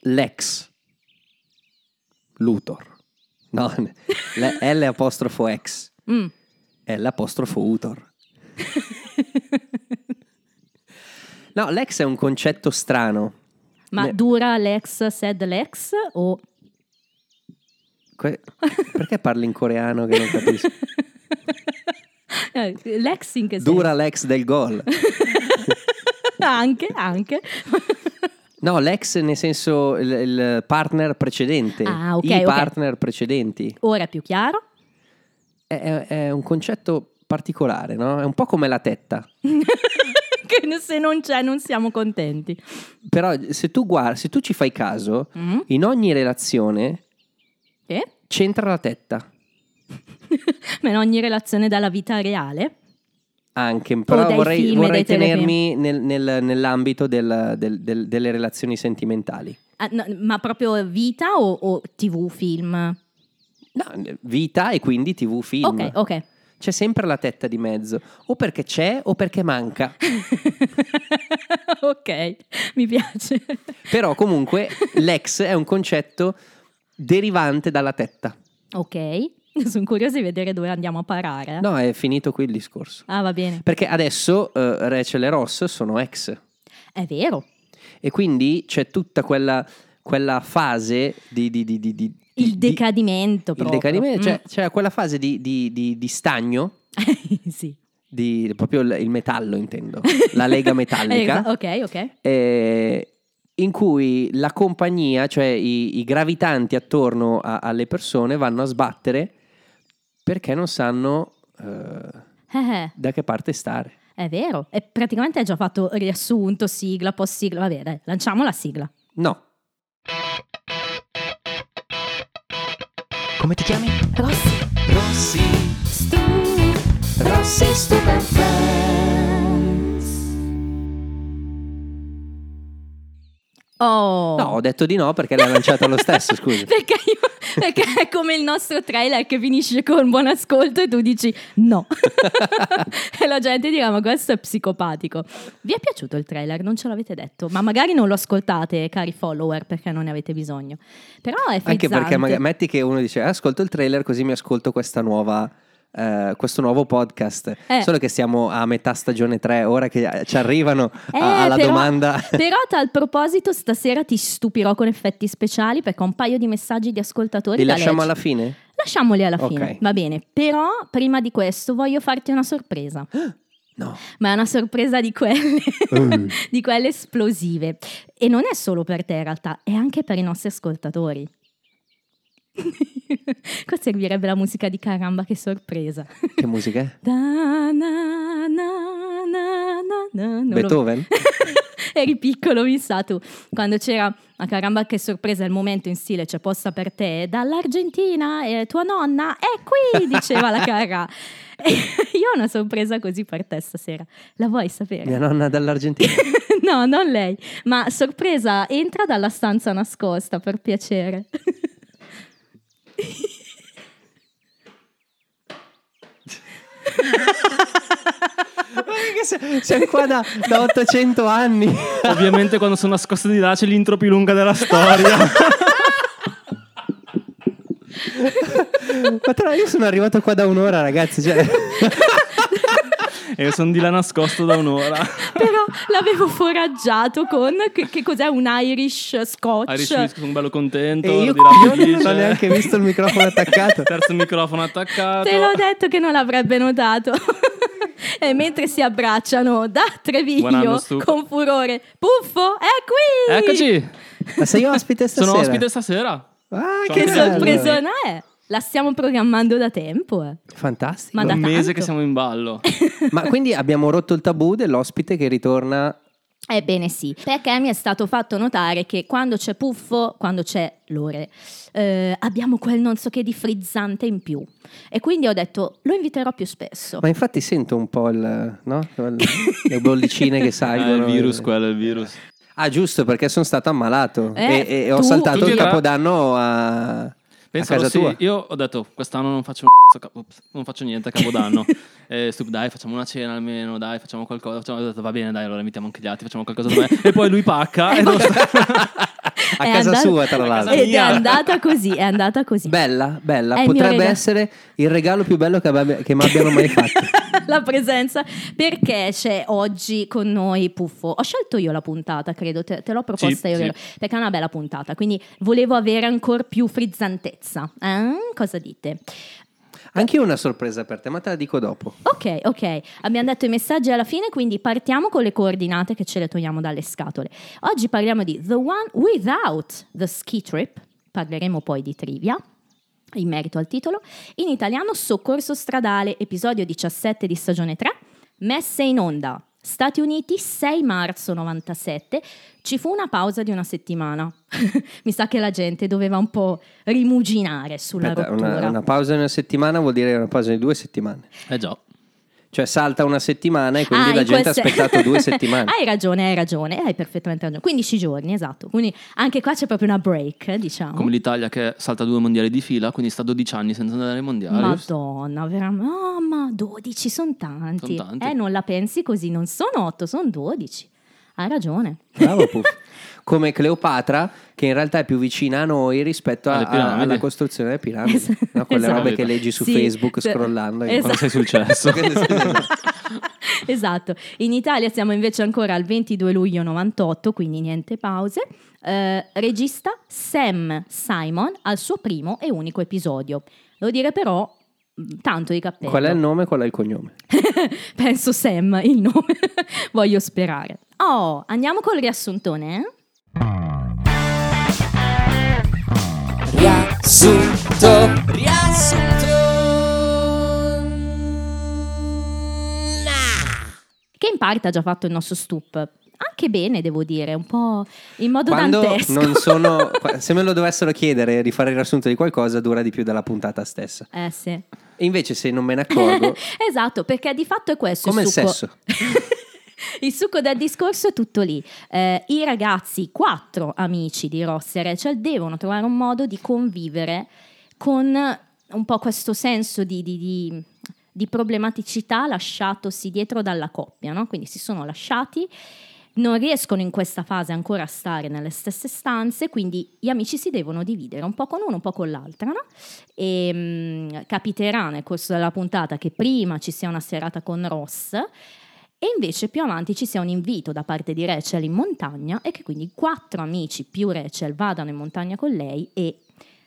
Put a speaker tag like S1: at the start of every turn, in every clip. S1: Lex Luthor. No, le- L apostrofo ex.
S2: Mm.
S1: L apostrofo utor. No, l'ex è un concetto strano.
S2: Ma
S1: Ne-
S2: dura l'ex, sed l'ex o...
S1: Que- perché parli in coreano che non capisco?
S2: Eh, L'ex in che
S1: Dura l'ex del gol.
S2: senso? anche, anche.
S1: No, l'ex nel senso il, il partner precedente.
S2: Ah, ok,
S1: I
S2: ok.
S1: partner precedenti.
S2: Ora è più chiaro?
S1: È, è- è un concetto particolare, no? È un po' come la tetta.
S2: che se non c'è non siamo contenti.
S1: Però se tu, guardi, se tu ci fai caso,
S2: Mm?
S1: in ogni relazione
S2: Che?
S1: c'entra la tetta.
S2: Ma in ogni relazione dalla vita reale?
S1: Anche, però
S2: dai
S1: vorrei,
S2: film e
S1: vorrei
S2: dai telefilm.
S1: tenermi nel- nel- nell'ambito del- del- del- delle relazioni sentimentali.
S2: Ah, no, ma proprio vita o, o tv, film?
S1: No, vita e quindi tv film.
S2: Ok, ok.
S1: C'è sempre la tetta di mezzo, o perché c'è o perché manca.
S2: ok, mi piace.
S1: Però comunque l'ex è un concetto derivante dalla tetta.
S2: Ok, sono curiosa di vedere dove andiamo a parare.
S1: No, è finito qui il discorso.
S2: Ah, va bene.
S1: Perché adesso eh, Rachel e Ross sono ex
S2: È vero.
S1: e quindi c'è tutta quella, quella fase di... di- di- di- di-
S2: Il
S1: di-
S2: decadimento
S1: il
S2: proprio.
S1: decadimento,
S2: Mm.
S1: cioè, c'è quella fase di, di- di- di stagno,
S2: Mm. sì.
S1: di, proprio il, il metallo intendo, la lega metallica.
S2: Esa- Ecco, ok, ok.
S1: eh, in cui la compagnia, cioè i, i gravitanti attorno a- alle persone, vanno a sbattere perché non sanno eh,
S2: Eh, eh,
S1: da che parte stare.
S2: è vero. E praticamente hai già fatto riassunto, sigla, post sigla. Vabbè, dai, lanciamo la sigla.
S1: No,
S3: Come ti chiami?
S2: Rossi.
S3: Rossi.
S2: Rossi Oh.
S1: no, ho detto di no perché l'ha lanciata lo stesso, scusi.
S2: Perché, io- perché è come il nostro trailer che finisce con buon ascolto e tu dici no. e la gente dirà ma questo è psicopatico. Vi è piaciuto il trailer? Non ce l'avete detto, ma magari non lo ascoltate cari follower perché non ne avete bisogno. Però è frizzante.
S1: Anche perché magari, metti che uno dice "Ah, ascolto il trailer così mi ascolto questa nuova... eh, questo nuovo podcast
S2: Eh.
S1: solo che siamo a metà stagione 3 ora che eh, ci arrivano
S2: Eh,
S1: a- alla
S2: però-
S1: domanda
S2: Però a tal proposito stasera ti stupirò con effetti speciali perché ho un paio di messaggi di ascoltatori
S1: li
S2: da
S1: lasciamo
S2: leggere.
S1: alla fine?
S2: Lasciamoli alla
S1: Ok.
S2: fine, va bene. Però prima di questo voglio farti una sorpresa.
S1: no
S2: Ma è una sorpresa di quelle,
S1: Mm.
S2: di quelle esplosive. E non è solo per te in realtà, è anche per i nostri ascoltatori. Qua servirebbe la musica di caramba, che sorpresa.
S1: che musica è?
S2: Da na na na na na. Non lo-
S1: Beethoven?
S2: Eri piccolo, mi sa tu. Quando c'era a caramba che sorpresa il momento in stile c'è posta per te dall'Argentina eh, tua nonna è qui, diceva la cara. E io ho una sorpresa così per te stasera. La vuoi sapere?
S1: Mia nonna dall'Argentina.
S2: No, non lei. Ma sorpresa, entra dalla stanza nascosta, per piacere.
S1: Siamo qua da, da 800 anni.
S3: Ovviamente quando sono nascosto di là c'è l'intro più lunga della storia.
S1: Ma tra io sono arrivato qua da un'ora, ragazzi. Cioè,
S3: e sono di là nascosto da un'ora.
S2: Però l'avevo foraggiato con che, che cos'è un Irish Scotch.
S3: Irish Whisk, sono bello contento.
S1: Cioè, e io,
S3: di là
S1: io non
S3: felice.
S1: ho neanche visto il microfono attaccato.
S3: Terzo microfono attaccato.
S2: Te l'ho detto che non l'avrebbe notato. e mentre si abbracciano da
S3: Buon anno,
S2: Treviglio
S3: Stu.
S2: con furore, Puffo è qui!
S3: Eccoci.
S1: Ma sei ospite stasera?
S3: Sono ospite stasera.
S1: Ah,
S3: Sono
S1: che
S2: Che
S3: anche bello.
S2: sorpresona è! La stiamo programmando da tempo. eh.
S1: Fantastico.
S2: Ma
S1: Ma,
S2: da
S3: un mese
S2: tanto.
S3: che siamo in ballo.
S1: quindi abbiamo rotto il tabù dell'ospite che ritorna.
S2: Ebbene sì, perché mi è stato fatto notare che quando c'è Puffo, quando c'è Lore, eh, abbiamo quel non so che di frizzante in più. E quindi ho detto, lo inviterò più spesso.
S1: Ma infatti sento un po' il, no? le bollicine che
S3: Ah,
S1: salgono.
S3: il virus, quello è il virus.
S1: Ah, giusto, perché sono stato ammalato
S2: Eh,
S1: e, e ho
S2: tu-
S1: saltato
S3: Tutti
S1: il
S3: là.
S1: capodanno a, a
S3: Pensa
S1: casa
S3: Rossi,
S1: tua.
S3: Io ho detto quest'anno non faccio, un cazzo, cap- ops, non faccio niente a Capodanno. eh, stup, dai, facciamo una cena almeno, dai, facciamo
S1: Eh,
S3: qualcosa. Facciamo- ho detto, va bene, dai, allora invitiamo anche gli altri, facciamo qualcosa da me. e poi lui pacca e non sta-
S1: A casa sua, tra l'altro.
S2: Ed è
S3: Mia.
S2: andata così, è andata così.
S1: Bella, bella.
S2: È il mio
S1: Potrebbe
S2: regalo.
S1: essere il regalo più bello che, abbi- che mi abbiano mai fatto.
S2: la presenza perché c'è oggi con noi Puffo ho scelto io la puntata credo te, te l'ho proposta
S3: Sì,
S2: io
S3: sì.
S2: vero? perché è una bella puntata quindi volevo avere ancora più frizzantezza Eh? cosa dite
S1: Anche io ho una sorpresa per te, ma te la dico dopo.
S2: ok ok abbiamo detto i messaggi alla fine quindi partiamo con le coordinate che ce le togliamo dalle scatole oggi parliamo di The One Without the Ski Trip parleremo poi di trivia in merito al titolo, in italiano Soccorso Stradale, episodio 17 di stagione 3, messe in onda. Stati Uniti 6 marzo 97, ci fu una pausa di una settimana. Mi sa che la gente doveva un po' rimuginare sulla
S1: Aspetta,
S2: rottura.
S1: una, una pausa di una settimana vuol dire una pausa di due settimane.
S3: Eh già.
S1: Cioè salta una settimana e quindi
S2: Ah,
S1: la
S2: in
S1: gente
S2: queste- Ah,
S1: ha aspettato due settimane.
S2: hai ragione, hai ragione, hai perfettamente ragione. 15 giorni, esatto. Quindi anche qua c'è proprio una break, diciamo.
S3: Come l'Italia che salta due mondiali di fila, quindi sta 12 anni senza andare ai mondiali.
S2: Madonna, veramente. Oh, Mamma, 12 sono tanti.
S3: Son tanti.
S2: Eh, non la pensi così, non sono 8, sono 12. Hai ragione.
S1: Bravo Puff. Come Cleopatra, che in realtà è più vicina a noi rispetto a-
S3: Alle piramidi.
S1: alla costruzione delle piramidi.
S2: Es-
S1: No, quelle
S2: esatto.
S1: robe che leggi su
S2: Sì.
S1: Facebook
S2: Sì.
S1: scrollando.
S2: Esatto.
S3: Cosa sei successo?
S2: esatto. In Italia siamo invece ancora al 22 luglio 98, quindi niente pause. Eh, regista Sam Simon al suo primo e unico episodio. Devo dire però tanto di cappello.
S1: Qual è il nome e qual è il cognome?
S2: Penso Sam il nome, voglio sperare. Oh, andiamo col riassuntone, eh?
S4: Riassunto, riassunto.
S2: Che in parte ha già fatto il nostro stup. Anche bene, devo dire, un po' in modo
S1: Quando
S2: dantesco.
S1: non sono, qua- se me lo dovessero chiedere di fare il riassunto di qualcosa, dura di più della puntata stessa.
S2: Eh sì.
S1: E invece, se non me ne accorgo,
S2: esatto, perché di fatto è questo
S1: come il
S2: il succo.
S1: sesso.
S2: Il succo del discorso è tutto lì. Eh, I ragazzi, quattro amici di Ross e Rachel, devono trovare un modo di convivere con un po' questo senso di, di- di- di problematicità lasciatosi dietro dalla coppia, no? Quindi si sono lasciati. Non riescono in questa fase ancora a stare nelle stesse stanze, quindi gli amici si devono dividere un po' con uno, un po' con l'altra, no? E mh, Ehm, capiterà nel corso della puntata che prima ci sia una serata con Ross, e invece più avanti ci sia un invito da parte di Rachel in montagna e che quindi quattro amici più Rachel vadano in montagna con lei e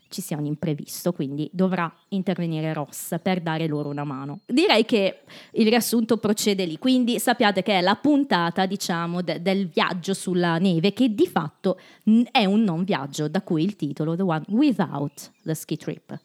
S2: ci sia un imprevisto, quindi dovrà intervenire Ross per dare loro una mano. Direi che il riassunto procede lì, quindi sappiate che è la puntata, diciamo, de- del viaggio sulla neve che di fatto mh, è un non viaggio, da cui il titolo The One Without the Ski Trip.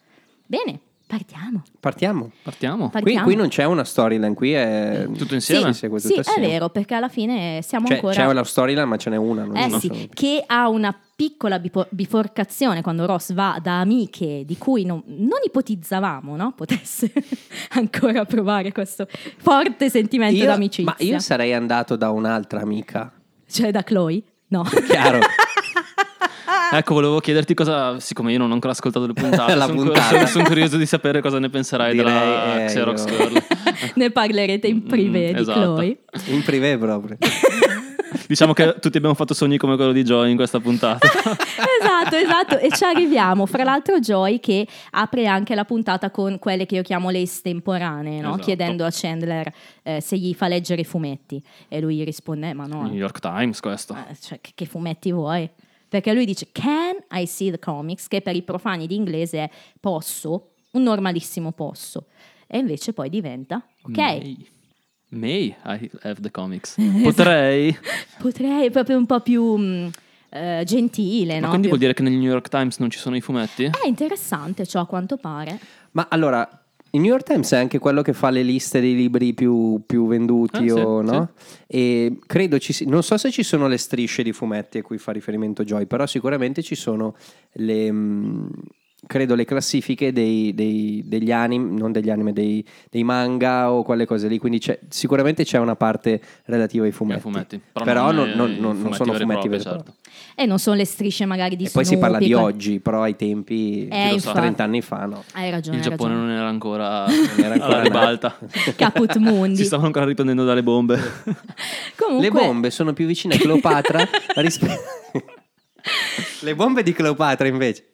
S2: Bene, partiamo.
S1: Partiamo.
S3: Partiamo.
S2: Par-
S1: Qui,
S2: Partiamo.
S1: qui non c'è una storyline, qui è
S3: Tutto insieme?
S1: Si segue tutto
S2: Sì, è
S1: insieme.
S2: vero, perché alla fine siamo
S1: Cioè,
S2: ancora
S1: C'è una storyline, ma ce n'è una. non
S2: Eh
S1: ne
S2: sì,
S1: sono più.
S2: che ha una piccola bipo- biforcazione quando Ross va da amiche di cui non, non ipotizzavamo no? potesse ancora provare questo forte sentimento
S1: Io-
S2: d'amicizia.
S1: ma io sarei andato da un'altra amica.
S2: Cioè da Chloe? No.
S1: Chiaro.
S3: Ecco, volevo chiederti cosa, siccome io non ho ancora ascoltato le puntate,
S1: La
S3: sono,
S1: puntata.
S3: sono- sono curioso di sapere cosa ne penserai della
S1: Direi, eh,
S3: Xerox
S1: io-
S3: Girl.
S2: ne parlerete in privé
S3: Mm,
S2: di
S3: esatto.
S2: Chloe.
S1: In privé proprio.
S3: Diciamo che tutti abbiamo fatto sogni come quello di Joy in questa puntata.
S2: esatto, esatto, e ci arriviamo. Fra l'altro, Joy che apre anche la puntata con quelle che io chiamo le estemporanee, no?
S3: Esatto.
S2: chiedendo a Chandler eh, se gli fa leggere i fumetti. E lui risponde: "Eh, Ma no,
S3: New York Times questo.
S2: Ma, cioè, che, che fumetti vuoi? Perché lui dice Can I see the comics? Che per i profani di inglese è posso, un normalissimo posso. E invece poi diventa ok.
S3: May. May I have the comics. Potrei.
S2: Potrei proprio un po' più mh, eh, gentile,
S3: Ma
S2: no? Più-
S3: quindi vuol dire che nel New York Times non ci sono i fumetti?
S2: È interessante ciò a quanto pare.
S1: Ma allora, il New York Times è anche quello che fa le liste dei libri più, più venduti,
S3: Ah, sì,
S1: o, no? E credo ci si- non so se ci sono le strisce di fumetti a cui fa riferimento Joy, però sicuramente ci sono le. mh, Credo le classifiche dei- dei- degli anime, non degli anime, dei, dei manga o quelle cose lì, quindi c'è- sicuramente c'è una parte relativa ai fumetti.
S3: Ai fumetti.
S1: Però,
S3: eh,
S1: non, non-
S3: i
S1: non- non
S3: fumetti
S1: sono
S3: veri e
S1: fumetti
S3: propri,
S1: veri e propri.
S3: certo.
S2: E non sono le strisce magari di
S1: E poi si parla
S2: Snoopy,
S1: di
S2: que-
S1: oggi, però ai tempi,
S2: Eh,
S1: chissà,
S2: infatti.
S1: 30 anni fa, no.
S2: Hai ragione.
S3: Il
S2: hai
S3: Giappone non era ancora,
S1: Non era ancora
S3: alla ribalta.
S2: ragione. Caput Mundi.
S3: si stavano ancora riprendendo dalle bombe.
S2: Comunque,
S1: Le bombe sono più vicine a Cleopatra rispetto... Le bombe di Cleopatra invece.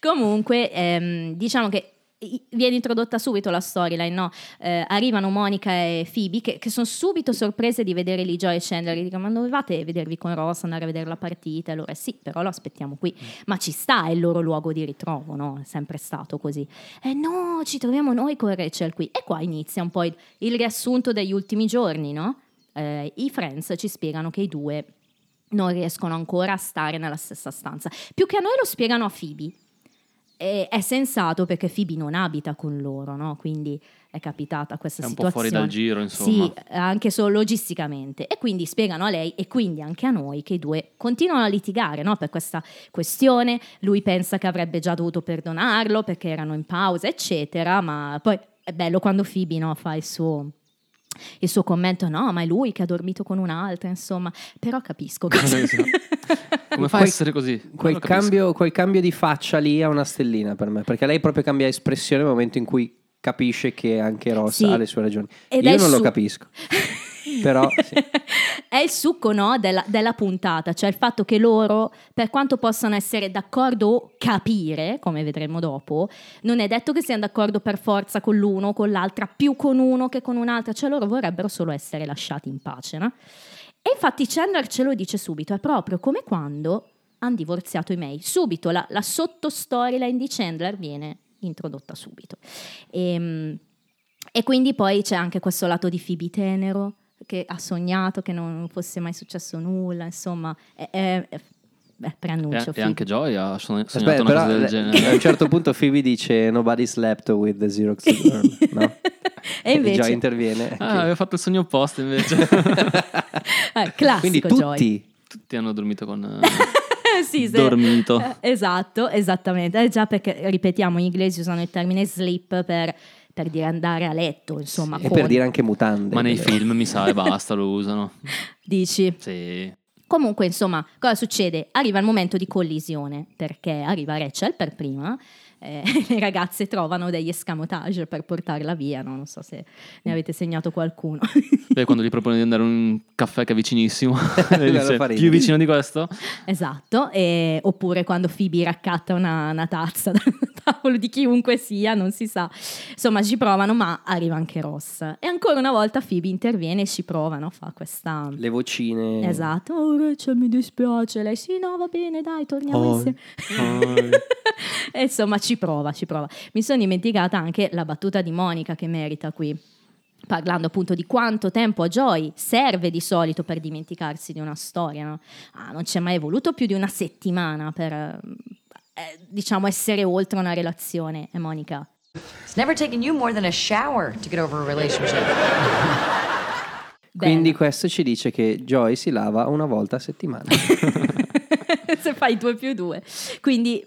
S2: Comunque, ehm, diciamo che i- viene introdotta subito la storyline, no? Eh, arrivano Monica e Phoebe che, che sono subito sorprese di vedere lì Joy e Chandler, gli dicono ma non dovevate vedervi con Ross, andare a vedere la partita? Allora sì, però lo aspettiamo qui, ma ci sta, è il loro luogo di ritrovo, no? È sempre stato così. Eh no, ci troviamo noi con Rachel qui. E qua inizia un po' il, il riassunto degli ultimi giorni, no? Eh, I Friends ci spiegano che i due non riescono ancora a stare nella stessa stanza. Più che a noi lo spiegano a Phoebe. E è sensato perché Phoebe non abita con loro, no? Quindi è capitata questa
S3: È un po'
S2: situazione.
S3: fuori dal giro, insomma.
S2: Sì, anche solo logisticamente. E quindi spiegano a lei e quindi anche a noi che i due continuano a litigare no? per questa questione. Lui pensa che avrebbe già dovuto perdonarlo perché erano in pausa, eccetera. Ma poi è bello quando Phoebe no, fa il suo, il suo commento: no, ma è lui che ha dormito con un'altra, insomma. Però capisco che.
S3: Come fa a
S1: Quel-
S3: essere così? Non
S1: Quel
S3: lo capisco.
S1: cambio, quel cambio di faccia lì è una stellina per me, perché lei proprio cambia espressione nel momento in cui capisce che anche Ross
S2: Sì.
S1: ha le sue ragioni.
S2: Ed è
S1: Io
S2: il
S1: non lo
S2: su-
S1: capisco. Però, sì.
S2: è il succo no, della, della puntata, cioè il fatto che loro, per quanto possano essere d'accordo o capire, come vedremo dopo, non è detto che siano d'accordo per forza con l'uno o con l'altra, più con uno che con un'altra, cioè loro vorrebbero solo essere lasciati in pace. no? E infatti Chandler ce lo dice subito, è proprio come quando hanno divorziato i May, subito la, la sottostoryline di Chandler viene introdotta subito. Ehm, E, quindi poi c'è anche questo lato di Phoebe tenero, che ha sognato che non fosse mai successo nulla, insomma, è, è- è- beh,
S3: E,
S2: preannuncio.
S3: e
S2: Phoebe.
S3: anche Joy ha sogn- sognato
S1: Aspetta,
S3: una
S1: però
S3: cosa del
S1: a un
S3: genere.
S1: certo punto Phoebe dice Nobody slept with the Xerox Burn, no?
S2: e
S1: Joy
S2: invece,
S1: interviene.
S3: Ah, avevo fatto il sogno opposto invece.
S1: Cioè,
S2: eh,
S1: Quindi
S2: classico Joy.
S1: tutti,
S3: Tutti hanno dormito con... eh,
S2: sì, se-
S3: Dormito.
S2: Eh, Esatto, esattamente. Eh, già perché, ripetiamo, in inglese usano il termine sleep per, per dire andare a letto, insomma.
S1: e
S2: con-
S1: per dire anche mutande.
S3: Ma nei film mi sa e basta, lo usano.
S2: Dici.
S3: Sì.
S2: Comunque, insomma, cosa succede? Arriva il momento di collisione, perché arriva Rachel per prima, eh, le ragazze trovano degli escamotage per portarla via, no? non so se ne avete segnato qualcuno.
S3: Beh, quando gli propone di andare a un caffè che è vicinissimo, lei
S1: Lo
S3: dice,
S1: fa ridere.
S3: più vicino di questo?
S2: Esatto, e- oppure quando Phoebe raccatta una, una tazza dal tavolo di chiunque sia, non si sa. Insomma, ci provano, ma arriva anche Ross. E ancora una volta Phoebe interviene e ci prova, no? fa questa...
S1: Le vocine.
S2: Esatto, oh Rachel mi dispiace, lei sì no va bene dai torniamo
S1: Oh,
S2: insieme.
S3: oh.
S2: E insomma ci prova, ci prova. Mi sono dimenticata anche la battuta di Monica che merita qui, parlando appunto di quanto tempo a Joy serve di solito per dimenticarsi di una storia. no? Ah, non c'è mai voluto più di una settimana per, eh, eh, diciamo, essere oltre una relazione. E Monica,
S5: It's never taken you more than a shower to get over a relationship.
S2: bene.
S1: Quindi questo ci dice che Joy si lava una volta a settimana.
S2: se fai 2 più 2. Quindi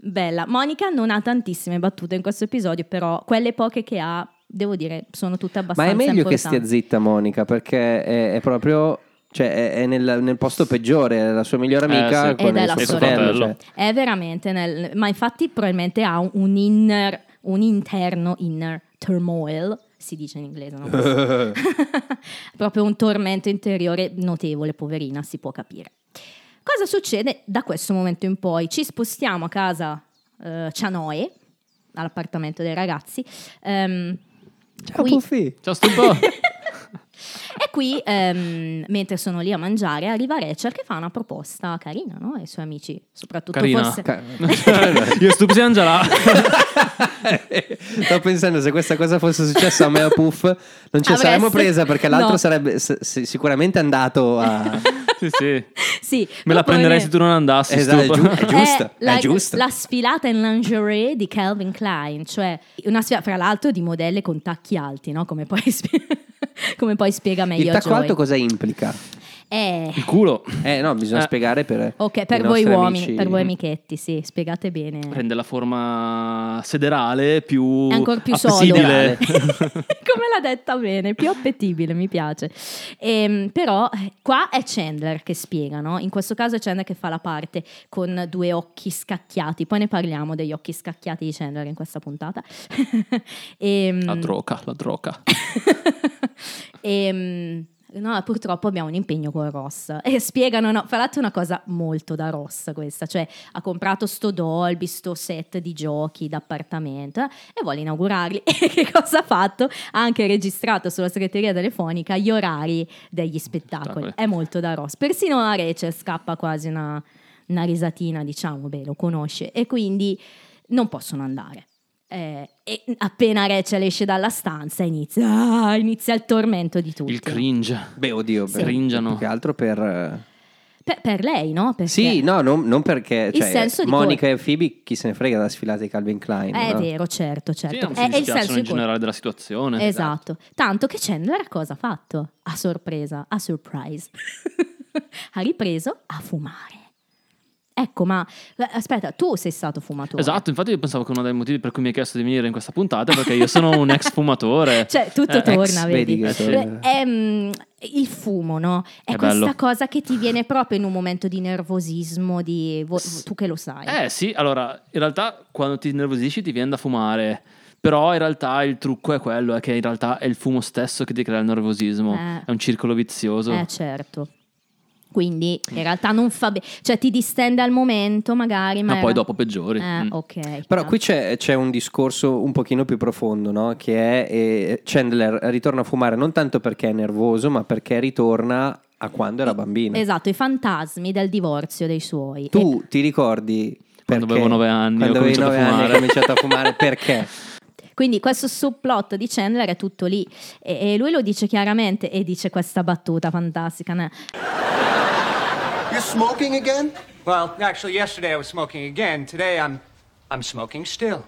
S2: bella. Monica non ha tantissime battute in questo episodio, però quelle poche che ha, devo dire, sono tutte
S1: Ma
S2: abbastanza
S1: è meglio che stia
S2: importanti.
S1: zitta Monica perché è, è proprio... Cioè è, è nel, nel posto peggiore, è la sua migliore
S3: Eh,
S1: amica
S3: sì.
S1: con
S2: Ed è
S1: il
S2: la
S1: suo
S2: sorella.
S1: fratello.
S3: Fratello.
S1: cioè.
S2: È veramente nel- ma infatti probabilmente ha un- un inner un interno inner turmoil, si dice in inglese, no? Proprio un tormento interiore notevole, poverina, si può capire. Cosa succede da questo momento in poi? Ci spostiamo a casa eh, Cianoe, all'appartamento dei ragazzi. ehm,
S1: Ciao
S2: qui-
S1: Ah, Puffy!
S3: Ciao stupo!
S2: e qui, ehm, mentre sono lì a mangiare, arriva Rachel che fa una proposta carina no? ai suoi amici, soprattutto
S3: Carina.
S2: forse...
S1: Ca-
S3: Io stupo si Angela!
S1: Sto pensando se questa cosa fosse successa a me a Puff non ce la
S2: Avresti-
S1: saremmo presa perché l'altro
S2: No.
S1: sarebbe s- s- sicuramente andato a...
S3: Sì, sì.
S2: Sì,
S3: Me
S2: proprio
S3: la prenderei
S2: ne-
S3: se tu non andassi,
S1: Esatto,
S3: stupo.
S1: è giu- è giusto,
S2: È la,
S1: è giusto.
S2: la sfilata in lingerie di Calvin Klein, cioè una sfilata, fra l'altro, di modelle con tacchi alti, no? Come poi, spie- come poi spiega meglio
S1: Il tacco
S2: Joey.
S1: alto cosa implica?
S2: Eh,
S3: Il culo.
S1: Eh no, bisogna
S3: Eh.
S1: spiegare per...
S2: ok,
S1: i
S2: per voi
S1: nostri
S2: uomini,
S1: amici.
S2: per voi amichetti, sì, spiegate bene.
S3: Prende la forma sederale più...
S2: È ancora più solido.
S3: appetibile.
S2: Come l'ha detta bene, più appetibile, mi piace. Ehm, però eh, qua è Chandler che spiega, no? In questo caso è Chandler che fa la parte con due occhi scacchiati. Poi ne parliamo degli occhi scacchiati di Chandler in questa puntata. Ehm,
S3: La droga, la droga.
S2: Ehm, No, purtroppo abbiamo un impegno con Ross. E spiegano, no, fra l'altro è una cosa molto da Ross questa, cioè ha comprato sto Dolby, sto set di giochi d'appartamento eh, e vuole inaugurarli. E che cosa ha fatto? Ha anche registrato sulla segreteria telefonica gli orari degli spettacoli.
S3: Spettacoli.
S2: È molto da Ross. Persino a Rece scappa quasi una, una risatina, diciamo, beh, lo conosce. E quindi non possono andare. Eh, e appena Rachel esce dalla stanza inizia, ah, inizia il tormento di tutti.
S3: Il cringe.
S1: Beh, oddio,
S3: Sì.
S1: per-
S3: Ringiano.
S1: più che altro per... eh,
S2: Per, per lei, no? Perché-
S1: Sì, no, non, non perché
S2: Cioè, Il
S1: cioè,
S2: senso di
S1: Monica e Phoebe, chi se ne frega della sfilata di Calvin Klein.
S2: È
S1: no?
S2: vero, certo,
S3: Sì,
S2: certo.
S3: non
S2: È-
S3: si
S2: è il senso
S3: dispiacciono in
S2: di colpa.
S3: generale della situazione.
S2: Esatto. Tanto che Chandler cosa ha fatto? A sorpresa, a surprise. ha ripreso a fumare. Ecco, ma eh, aspetta, tu sei stato fumatore.
S3: Esatto, infatti io pensavo che uno dei motivi per cui mi hai chiesto di venire in questa puntata è perché io sono un ex fumatore.
S2: Cioè, tutto
S3: Eh,
S2: torna,
S1: ex,
S2: vedi.
S1: vedi che
S2: Cioè,
S1: torna.
S2: è, mm, il fumo, no? È,
S3: È
S2: questa
S3: bello.
S2: cosa che ti viene proprio in un momento di nervosismo, di vo-
S3: S-
S2: tu che lo sai.
S3: Eh sì, allora, in realtà quando ti nervosisci ti viene da fumare. Però in realtà il trucco è quello, è che in realtà è il fumo stesso che ti crea il nervosismo.
S2: Eh.
S3: È un circolo vizioso.
S2: Eh, certo. Quindi in realtà non fa bene, cioè ti distende al momento magari, ma,
S3: ma poi
S2: era-
S3: dopo peggiori.
S2: Eh,
S3: Mm.
S2: ok.
S1: Però
S2: Ah.
S1: qui c'è, c'è un discorso un pochino più profondo, no? che è eh, Chandler ritorna a fumare non tanto perché è nervoso, ma perché ritorna a quando era bambino.
S2: Esatto, i fantasmi del divorzio dei suoi. E-
S1: Tu ti ricordi
S3: Quando
S1: perché-
S3: avevo nove anni
S1: quando
S3: ho
S1: avevi
S3: cominciato a
S1: nove anni hai
S3: fumare.
S1: cominciato a fumare perché?
S2: Quindi questo subplot di Chandler è tutto lì e, e lui lo dice chiaramente e dice questa battuta fantastica. ne-
S6: You're smoking again?
S7: Well, actually, yesterday I was smoking again. Today I'm, I'm smoking still.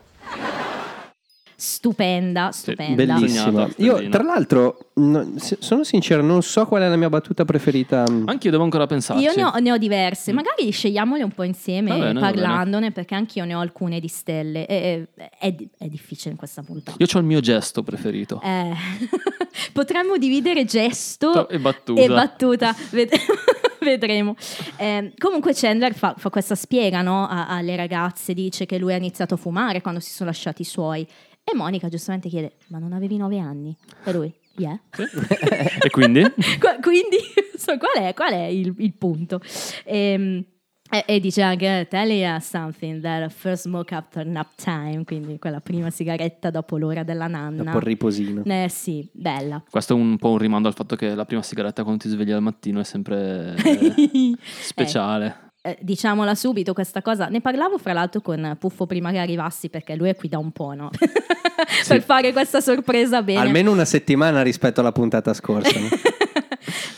S2: Stupenda, stupenda.
S1: Bellissimo.
S3: Sognata,
S1: Io
S3: stellina.
S1: tra l'altro no, se- sono sincero, non so qual è la mia battuta preferita.
S3: Anche io devo ancora pensarci.
S2: Io ne ho, ne ho
S3: Mm.
S2: diverse, magari scegliamole un po' insieme
S3: Va bene, va bene.
S2: parlandone perché anch'io ne ho alcune di stelle. E- e- è, di- è difficile in questa puntata.
S3: Io ho il mio gesto preferito.
S2: Eh, potremmo dividere gesto
S3: E battuta.
S2: e battuta. Ved- vedremo. Eh, comunque Chandler fa, fa questa spiega no, a- alle ragazze, dice che lui ha iniziato a fumare quando si sono lasciati i suoi. E Monica giustamente chiede, ma non avevi nove anni? E lui, yeah.
S3: e quindi?
S2: Qua- Quindi so, qual, è, qual è il, il punto? Ehm, e, e dice anche tell you something that first smoke after nap time, quindi quella prima sigaretta dopo l'ora della nanna.
S1: Dopo il riposino.
S2: Eh sì, bella.
S3: Questo è un po' un rimando al fatto che la prima sigaretta quando ti svegli al mattino è sempre eh, speciale.
S2: Eh, diciamola subito questa cosa, ne parlavo fra l'altro con Puffo prima che arrivassi perché lui è qui da un po', no? per fare questa sorpresa bene.
S1: Almeno una settimana rispetto alla puntata scorsa. no?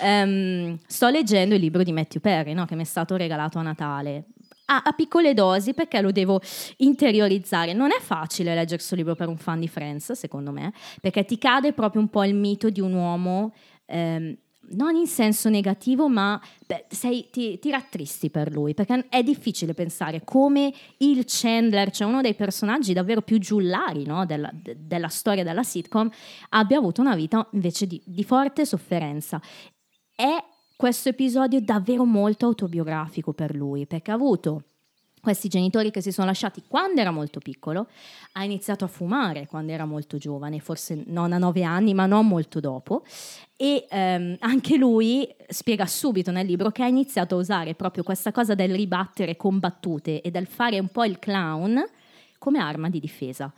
S2: Ehm, sto leggendo il libro di Matthew Perry, no? che mi è stato regalato a Natale. A, a piccole dosi perché lo devo interiorizzare. Non è facile leggere questo libro per un fan di Friends, secondo me, perché ti cade proprio un po' il mito di un uomo. ehm, non in senso negativo, ma beh, sei- ti, ti rattristi per lui perché è difficile pensare come il Chandler, cioè uno dei personaggi davvero più giullari no, della, de- della storia della sitcom, abbia avuto una vita invece di, di forte sofferenza. È questo episodio davvero molto autobiografico per lui, perché ha avuto questi genitori che si sono lasciati quando era molto piccolo, ha iniziato a fumare quando era molto giovane, forse non a nove anni, ma non molto dopo, e ehm, anche lui spiega subito nel libro che ha iniziato a usare proprio questa cosa del ribattere con battute e del fare un po' il clown come arma di difesa,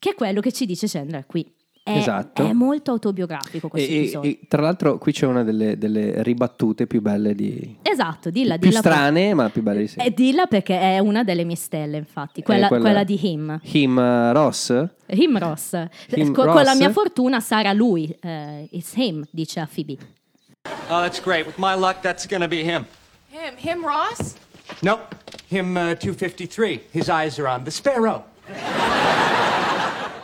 S2: che è quello che ci dice Chandler qui. È,
S1: Esatto.
S2: è molto autobiografico questo
S1: E- e-
S2: episodio.
S1: e tra l'altro qui c'è una delle, delle ribattute più belle di...
S2: Esatto, dilla,
S1: più
S2: dilla.
S1: strane, ma più belle di sempre.
S2: E dilla perché è una delle mie stelle, infatti,
S1: Eh,
S2: Eh, quella, quella di Him.
S1: Him eh, Ross?
S2: Him Ross. Eh,
S1: Him
S2: Co- Con
S1: Ross?
S2: la mia fortuna sarà lui. eh, it's him, dice a Phoebe.
S1: Cioè,
S7: Oh, that's great. With my luck, that's gonna be him.
S8: Him, him Ross?
S7: Nope, him uh, 253. His eyes are on the sparrow.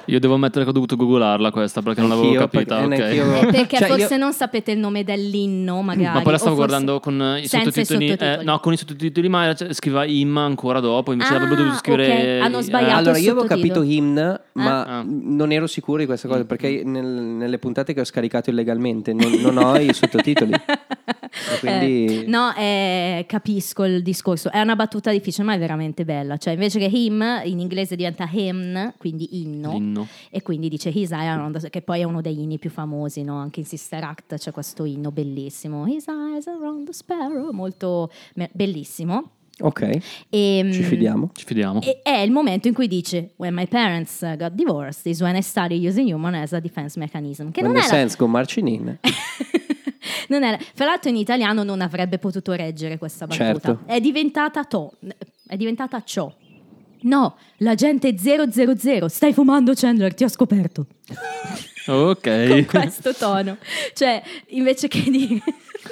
S3: Io devo ammettere che ho dovuto googolarla questa perché non l'avevo
S1: Anch'io,
S3: capita.
S1: perché- eh,
S3: ok.
S1: neanch'io avevo-
S2: Eh, perché
S1: Cioè, io-
S2: forse non sapete il nome dell'inno, magari.
S3: Ma poi la stavo
S2: o forse-
S3: guardando con eh, i
S2: senza
S3: sottotitoli. eh,
S2: sottotitoli.
S3: no, con i sottotitoli, ma era- cioè, scriveva Imma ancora dopo. Invece
S2: Ah,
S3: avrebbero dovuto scrivere.
S2: ok, hanno
S3: eh,
S2: sbagliato.
S1: allora, io avevo
S2: sottotitolo. Mm.
S1: capito hymn, ma
S3: Ah.
S1: non ero sicuro di questa cosa perché nel- nelle puntate che ho scaricato illegalmente non, non ho i sottotitoli. E quindi
S2: Eh, no, eh, capisco il discorso. È una battuta difficile, ma è veramente bella. Cioè, invece che him, in inglese diventa hymn, quindi inno.
S3: L'inno.
S2: E quindi dice His Iron, on the- che poi è uno degli inni più famosi, no? Anche in Sister Act c'è questo inno bellissimo. His eyes are on the sparrow, molto me- bellissimo.
S1: ok,
S2: E,
S1: ci
S2: mm,
S1: fidiamo.
S3: Ci fidiamo.
S2: e- è il momento in cui dice When my parents got divorced is when I started using human as a defense mechanism. Che
S1: When
S2: non
S1: the
S2: è, la,
S1: Sense con Marcinin.
S2: non era- Fra l'altro in italiano non avrebbe potuto reggere questa battuta.
S1: Certo.
S2: È diventata to, è diventata ciò. No, la gente 000, stai fumando Chandler, ti ho scoperto. Con
S3: Ok.
S2: questo tono. Cioè, invece che dire...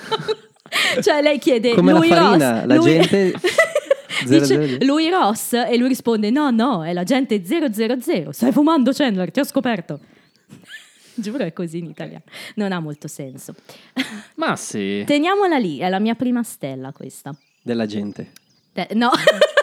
S2: cioè, lei chiede...
S1: Come la
S2: lui
S1: farina,
S2: Ross,
S1: la
S2: lui-
S1: gente-
S2: Dice lui Ross e lui risponde no no è la gente 000 stai fumando Chandler ti ho scoperto giuro è così in italiano non ha molto senso
S3: Ma sì.
S2: Teniamola lì, è la mia prima stella questa.
S1: della gente.
S2: Te- no.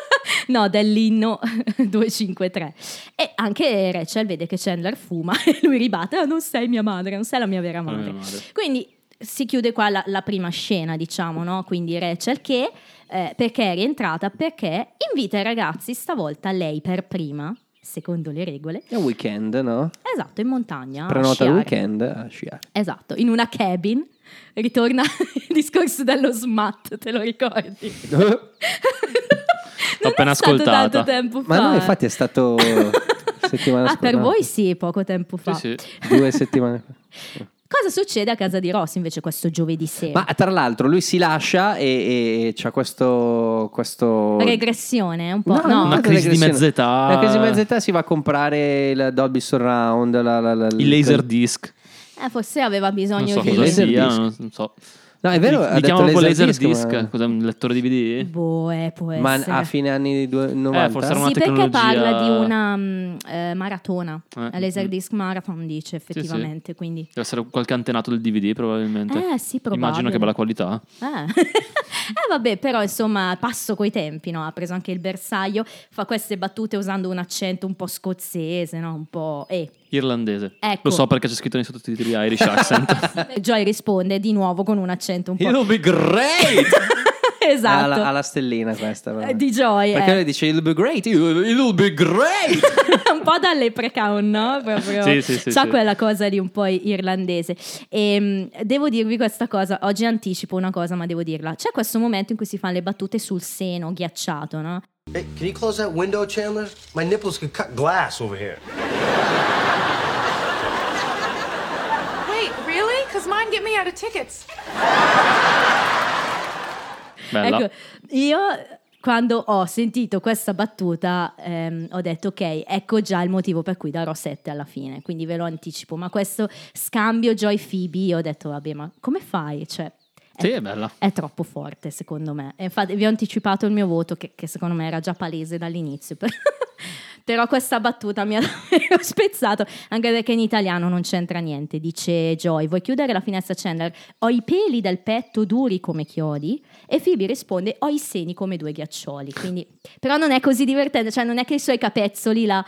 S2: No, dell'inno 253. E anche Rachel vede che Chandler fuma e lui ribatte, "Ah, non sei mia madre, non sei la mia vera
S3: Non è
S2: madre.
S3: mia madre.
S2: Quindi si chiude qua la, la prima scena, diciamo, no? Quindi Rachel che, eh, perché è rientrata, perché invita i ragazzi, stavolta lei per prima, secondo le regole,
S1: È un weekend, no?
S2: esatto, in montagna. a
S1: Prenota il
S2: sciare.
S1: weekend ah, a sciare.
S2: Esatto, in una cabin. Ritorna il discorso dello smat, te lo ricordi? Non
S3: appena
S2: è stato
S3: ascoltata.
S2: tanto tempo
S1: Ma
S2: fa.
S1: no, infatti è stato settimana
S2: Ah, per
S1: scorsa.
S2: voi sì, poco tempo fa.
S3: Sì, sì.
S1: Due settimane fa.
S2: Cosa succede a casa di Ross invece questo giovedì sera?
S1: Ma tra l'altro lui si lascia e, e c'ha questo...
S3: Oh.
S1: questo...
S2: Regressione, un po'. No,
S1: non
S3: Una
S1: è
S3: crisi di
S1: regressione.
S3: mezz'età.
S1: La crisi di mezz'età si va a comprare il Dolby Surround, la, la- la-
S3: Il laser disc.
S2: Eh, forse aveva
S3: Non
S2: bisogno
S3: so
S2: di...
S3: cosa
S1: Laser
S3: sia.
S1: disc.
S3: Non non so.
S1: No, è vero,
S3: Li-
S1: ha
S3: li
S1: detto
S3: chiamano poi
S1: laser
S3: laser
S1: disc,
S3: disc.
S1: ma-
S3: Cos'è un lettore DVD?
S2: Boh, eh, può essere.
S1: ma ah, a fine anni due- 90.
S3: Eh, forse era una
S2: sì, perché
S3: tecnologia-
S2: parla di una mh, eh, maratona,
S3: Eh,
S2: la Laserdisc Marathon dice effettivamente, quindi...
S3: Deve essere qualche antenato del DVD, probabilmente.
S2: Eh, sì, probabile.
S3: Immagino che bella qualità.
S2: Ah. eh vabbè, però insomma, passo coi tempi, no? Ha preso anche il bersaglio, fa queste battute usando un accento un po' scozzese, no? Un po'... Eh.
S3: Irlandese.
S2: Ecco.
S3: Lo so perché c'è scritto nei sottotitoli Irish accent.
S2: Joy risponde di nuovo con un accento un po'...
S1: It'll be great!
S2: esatto.
S1: alla, alla stellina questa. vabbè.
S2: Eh, Di Joy,
S1: Perché
S2: eh.
S1: lei dice it'll be great, it'll be great!
S2: un po' da leprechaun, no? Proprio.
S3: Sì, sì, sì,
S2: C'ha
S3: sì.
S2: quella cosa lì un po' irlandese. E, mh, devo dirvi questa cosa, oggi anticipo una cosa, ma devo dirla. C'è questo momento in cui si fanno le battute sul seno ghiacciato, no?
S6: Hey, can you close that window, Chandler? My nipples could cut glass over here.
S8: Wait, really? Because mine get me out of tickets.
S3: Bella.
S2: Ecco, io quando ho sentito questa battuta ehm, ho detto ok, ecco già il motivo per cui darò 7 alla fine, quindi ve lo anticipo, ma questo scambio Joy Phoebe ho detto vabbè ma come fai? Cioè, è,
S3: Sì, è bella.
S2: è troppo forte secondo me, E infatti vi ho anticipato il mio voto che, che secondo me era già palese dall'inizio. però- Però questa battuta mi ha davvero spezzato, anche perché in italiano non c'entra niente. Dice Joy, vuoi chiudere la finestra Chandler? Ho i peli del petto duri come chiodi e Phoebe risponde, ho i seni come due ghiaccioli. Quindi, però non è così divertente, cioè non è che i suoi capezzoli la-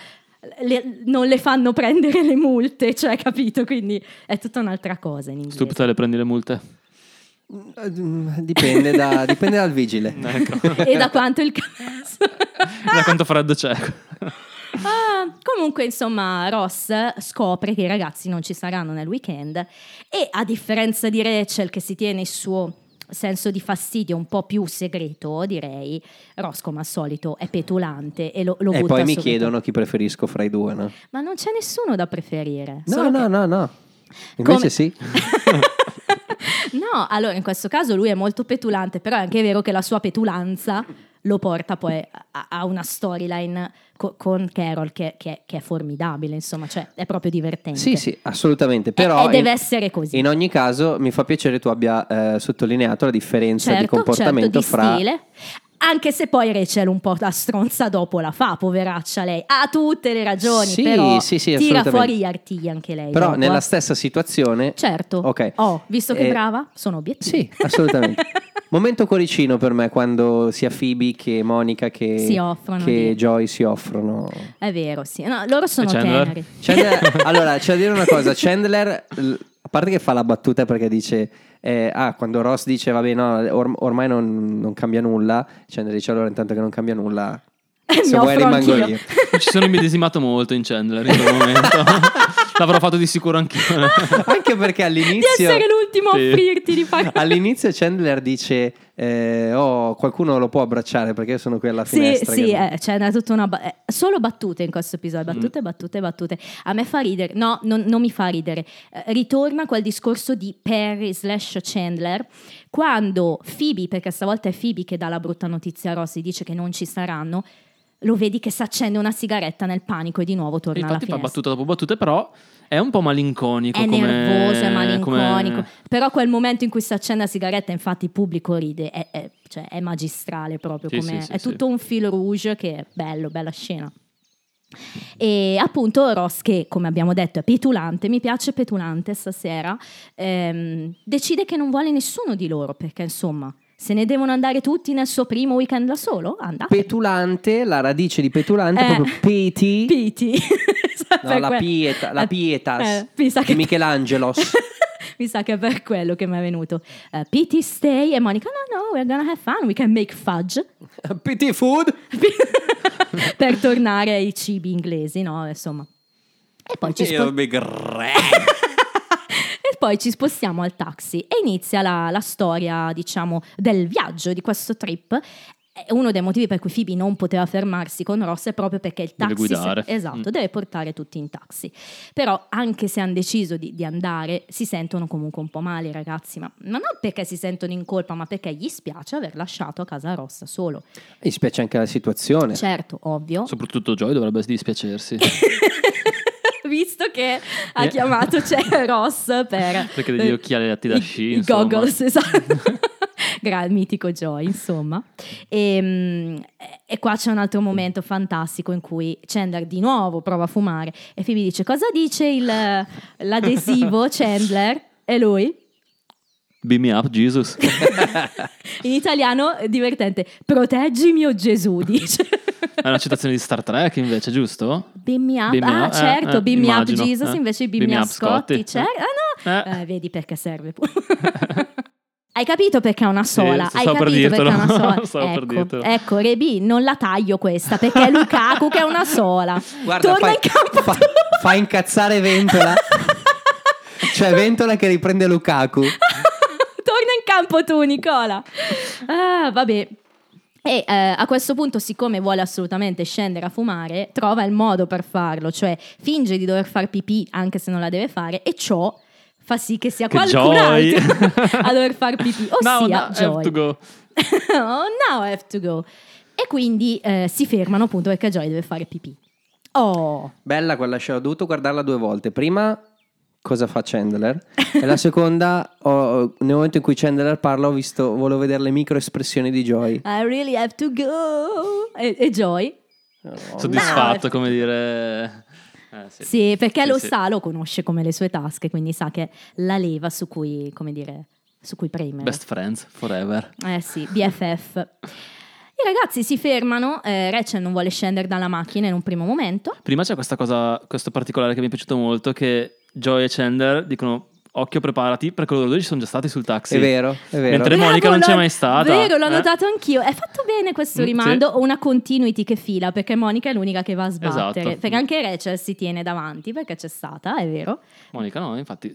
S2: le- non le fanno prendere le multe, cioè capito? Quindi è tutta un'altra cosa in inglese.
S3: Stupida le prendi le multe.
S1: dipende, da- dipende dal vigile.
S3: Eh,
S2: E da quanto il caso.
S3: Da quanto freddo c'è.
S2: Ah, comunque, insomma, Ross scopre che i ragazzi non ci saranno nel weekend e a differenza di Rachel che si tiene il suo senso di fastidio un po' più segreto, direi, Ross come al solito è petulante e lo, lo
S1: E
S2: butta
S1: poi mi
S2: subito.
S1: chiedono chi preferisco fra i due, no?
S2: Ma non c'è nessuno da preferire.
S1: No,
S2: solo
S1: no,
S2: che-
S1: no, no. Invece
S2: Come-
S1: sì.
S2: No, allora in questo caso lui è molto petulante, però è anche vero che la sua petulanza lo porta poi a, a una storyline co- con Carol che, che- che è formidabile, insomma, cioè è proprio divertente.
S1: Sì, sì, assolutamente. Però
S2: e Eh, deve
S1: in-
S2: essere così.
S1: In ogni caso, mi fa piacere tu abbia eh, sottolineato la differenza
S2: certo,
S1: di comportamento
S2: certo, di
S1: fra.
S2: stile. Anche se poi Rachel un po' a stronza dopo la fa, poveraccia lei. Ha tutte le ragioni,
S1: Sì,
S2: però
S1: sì, sì,
S2: tira
S1: assolutamente.
S2: fuori gli artigli anche lei.
S1: Però
S2: dopo,
S1: nella
S2: eh.
S1: stessa situazione.
S2: Certo.
S1: Ok.
S2: Oh, visto che
S1: Eh,
S2: è brava, sono obiettivi.
S1: Sì, assolutamente. Momento cuoricino per me quando sia Phoebe che Monica che,
S2: Si offrono
S1: che
S2: di-
S1: Joy si offrono.
S2: È vero, sì. No, loro sono
S3: Chandler?
S2: teneri.
S1: cioè, Chandler- allora, c'è da dire una cosa: Chandler l- A parte che fa la battuta perché dice, eh, ah, quando Ross dice, vabbè, no, or- ormai non, non cambia nulla, Chandler dice, allora intanto che non cambia nulla, se
S2: Eh, mi
S1: vuoi
S2: offro
S1: rimango
S2: anch'io.
S1: io.
S3: Ci sono immedesimato molto in Chandler in quel momento. L'avrò fatto di sicuro anch'io.
S2: Ah!
S1: Anche perché all'inizio...
S2: Di essere l'ultimo
S3: Sì.
S2: a offrirti di fare
S1: All'inizio Chandler dice, eh, oh, qualcuno lo può abbracciare perché io sono qui alla
S2: Sì,
S1: finestra.
S2: sì,
S1: che- Mm.
S2: eh, c'è una- tutta una. ba- eh, solo battute in questo episodio, battute, battute, battute. A me fa ridere, no, non, non mi fa ridere. Eh, ritorna quel discorso di Perry slash Chandler quando Phoebe, perché stavolta è Phoebe che dà la brutta notizia a Rossi, dice che non ci saranno. Lo vedi che si accende una sigaretta nel panico e di nuovo torna alla
S3: Infatti fa
S2: finestra.
S3: battuta dopo battuta, però è un po' malinconico.
S2: È
S3: come-
S2: nervoso, è
S3: come-
S2: malinconico. Però quel momento in cui si accende la sigaretta, infatti, il pubblico ride. È, è- cioè, è magistrale proprio.
S3: Sì,
S2: come-
S3: sì, sì,
S2: è
S3: sì.
S2: tutto un fil rouge che è bello, bella scena. E appunto Ross, che come abbiamo detto è petulante, mi piace petulante stasera, ehm, decide che non vuole nessuno di loro perché insomma se ne devono andare tutti nel suo primo weekend da solo, andate.
S1: Petulante, la radice di petulante,
S2: Eh.
S1: proprio peti.
S2: Piti.
S1: No, la pieta, la pietas
S2: Eh, mi sa
S1: di
S2: che-
S1: Michelangelos.
S2: mi sa che è per quello che mi è venuto. Eh, Pity stay e Monica no no, we're gonna have fun, we can make fudge.
S1: PT food.
S2: per tornare ai cibi inglesi, no? Insomma. E poi ci spo- E poi ci spostiamo al taxi e inizia la, la storia, diciamo, del viaggio di questo trip. E Uno dei motivi per cui Phoebe non poteva fermarsi con Ross è proprio perché il
S3: Deve
S2: taxi se-
S3: guidare. Mm.
S2: esatto, deve portare tutti in taxi. Però anche se hanno deciso di, di andare, si sentono comunque un po' male i ragazzi, ma, ma non perché si sentono in colpa, ma perché gli spiace aver lasciato a casa Ross solo.
S1: Mi spiace anche la situazione.
S2: Certo, ovvio,
S3: Eh. Soprattutto Joy dovrebbe dispiacersi.
S2: visto che ha
S3: Eh.
S2: chiamato cioè, Ross per eh,
S3: Perché degli occhiali dati da
S2: i-
S3: sci,
S2: i
S3: insomma.
S2: goggles esatto Gra- il mitico Joy insomma e, mm, e qua c'è un altro momento fantastico in cui Chandler di nuovo prova a fumare e Phoebe dice cosa dice il- l'adesivo Chandler e lui
S3: Beam me up, Jesus.
S2: in italiano è divertente proteggimi o Gesù dice
S3: È una citazione di Star Trek, invece, giusto?
S2: Beam me up,
S3: Beam me
S2: ah
S3: up, eh,
S2: certo,
S3: eh,
S2: beam me up
S3: immagino,
S2: Jesus
S3: eh.
S2: invece i beam, me up Scotty, cer-
S3: eh.
S2: ah, no.
S3: Eh.
S2: Eh, vedi perché serve Hai capito perché è una sola,
S3: sto
S2: hai
S3: per
S2: capito
S3: dirtelo.
S2: perché è una sola.
S3: Stavo per
S2: ecco,
S3: dirtelo.
S2: ecco, Rebi, non la taglio questa perché è Lukaku che è una sola.
S1: Guarda,
S2: Torna
S1: fai-
S2: in campo.
S1: fa- fa incazzare Ventola. Cioè Ventola che riprende Lukaku.
S2: Torna in campo tu, Nicola. Ah, vabbè. E eh, a questo punto, siccome vuole assolutamente scendere a fumare, trova il modo per farlo, cioè finge di dover far pipì anche se non la deve fare, e ciò fa sì che sia
S3: Che
S2: qualcun
S3: joy.
S2: altro a dover far pipì,
S3: no, no, I
S2: ossia
S3: have
S2: Joy.
S3: to go.
S2: oh, now I have to go. E quindi eh, si fermano appunto perché Joy deve fare pipì. Oh,
S1: Bella quella scena, ho dovuto guardarla due volte. Prima cosa fa Chandler e la seconda ho- nel momento in cui Chandler parla ho visto volevo vedere le micro espressioni di Joy.
S2: I really have to go. E, e Joy?
S3: Soddisfatto, come dire... Eh, sì.
S2: Oh. Sì, perché
S3: Sì,
S2: lo
S3: sì.
S2: sa, lo conosce come le sue tasche, quindi sa che è la leva su cui, come dire, su cui premere.
S3: Best friends forever.
S2: Eh sì, BFF. I ragazzi si fermano, eh, Rachel non vuole scendere dalla macchina in un primo momento.
S3: Prima c'è questa cosa, questo particolare che mi è piaciuto molto, che Joy e Chandler dicono occhio preparati, perché loro due ci sono già stati sul taxi.
S1: È vero, è vero.
S3: Mentre Monica
S2: Bravo,
S3: non c'è
S2: l'ho-
S3: mai stata.
S2: Vero, l'ho
S3: Eh?
S2: notato anch'io. È fatto bene questo
S3: Mm,
S2: rimando, o una continuity che fila, perché Monica è l'unica che va a sbattere.
S3: Esatto.
S2: Perché anche Rachel si tiene davanti, perché c'è stata, è vero.
S3: Monica no, infatti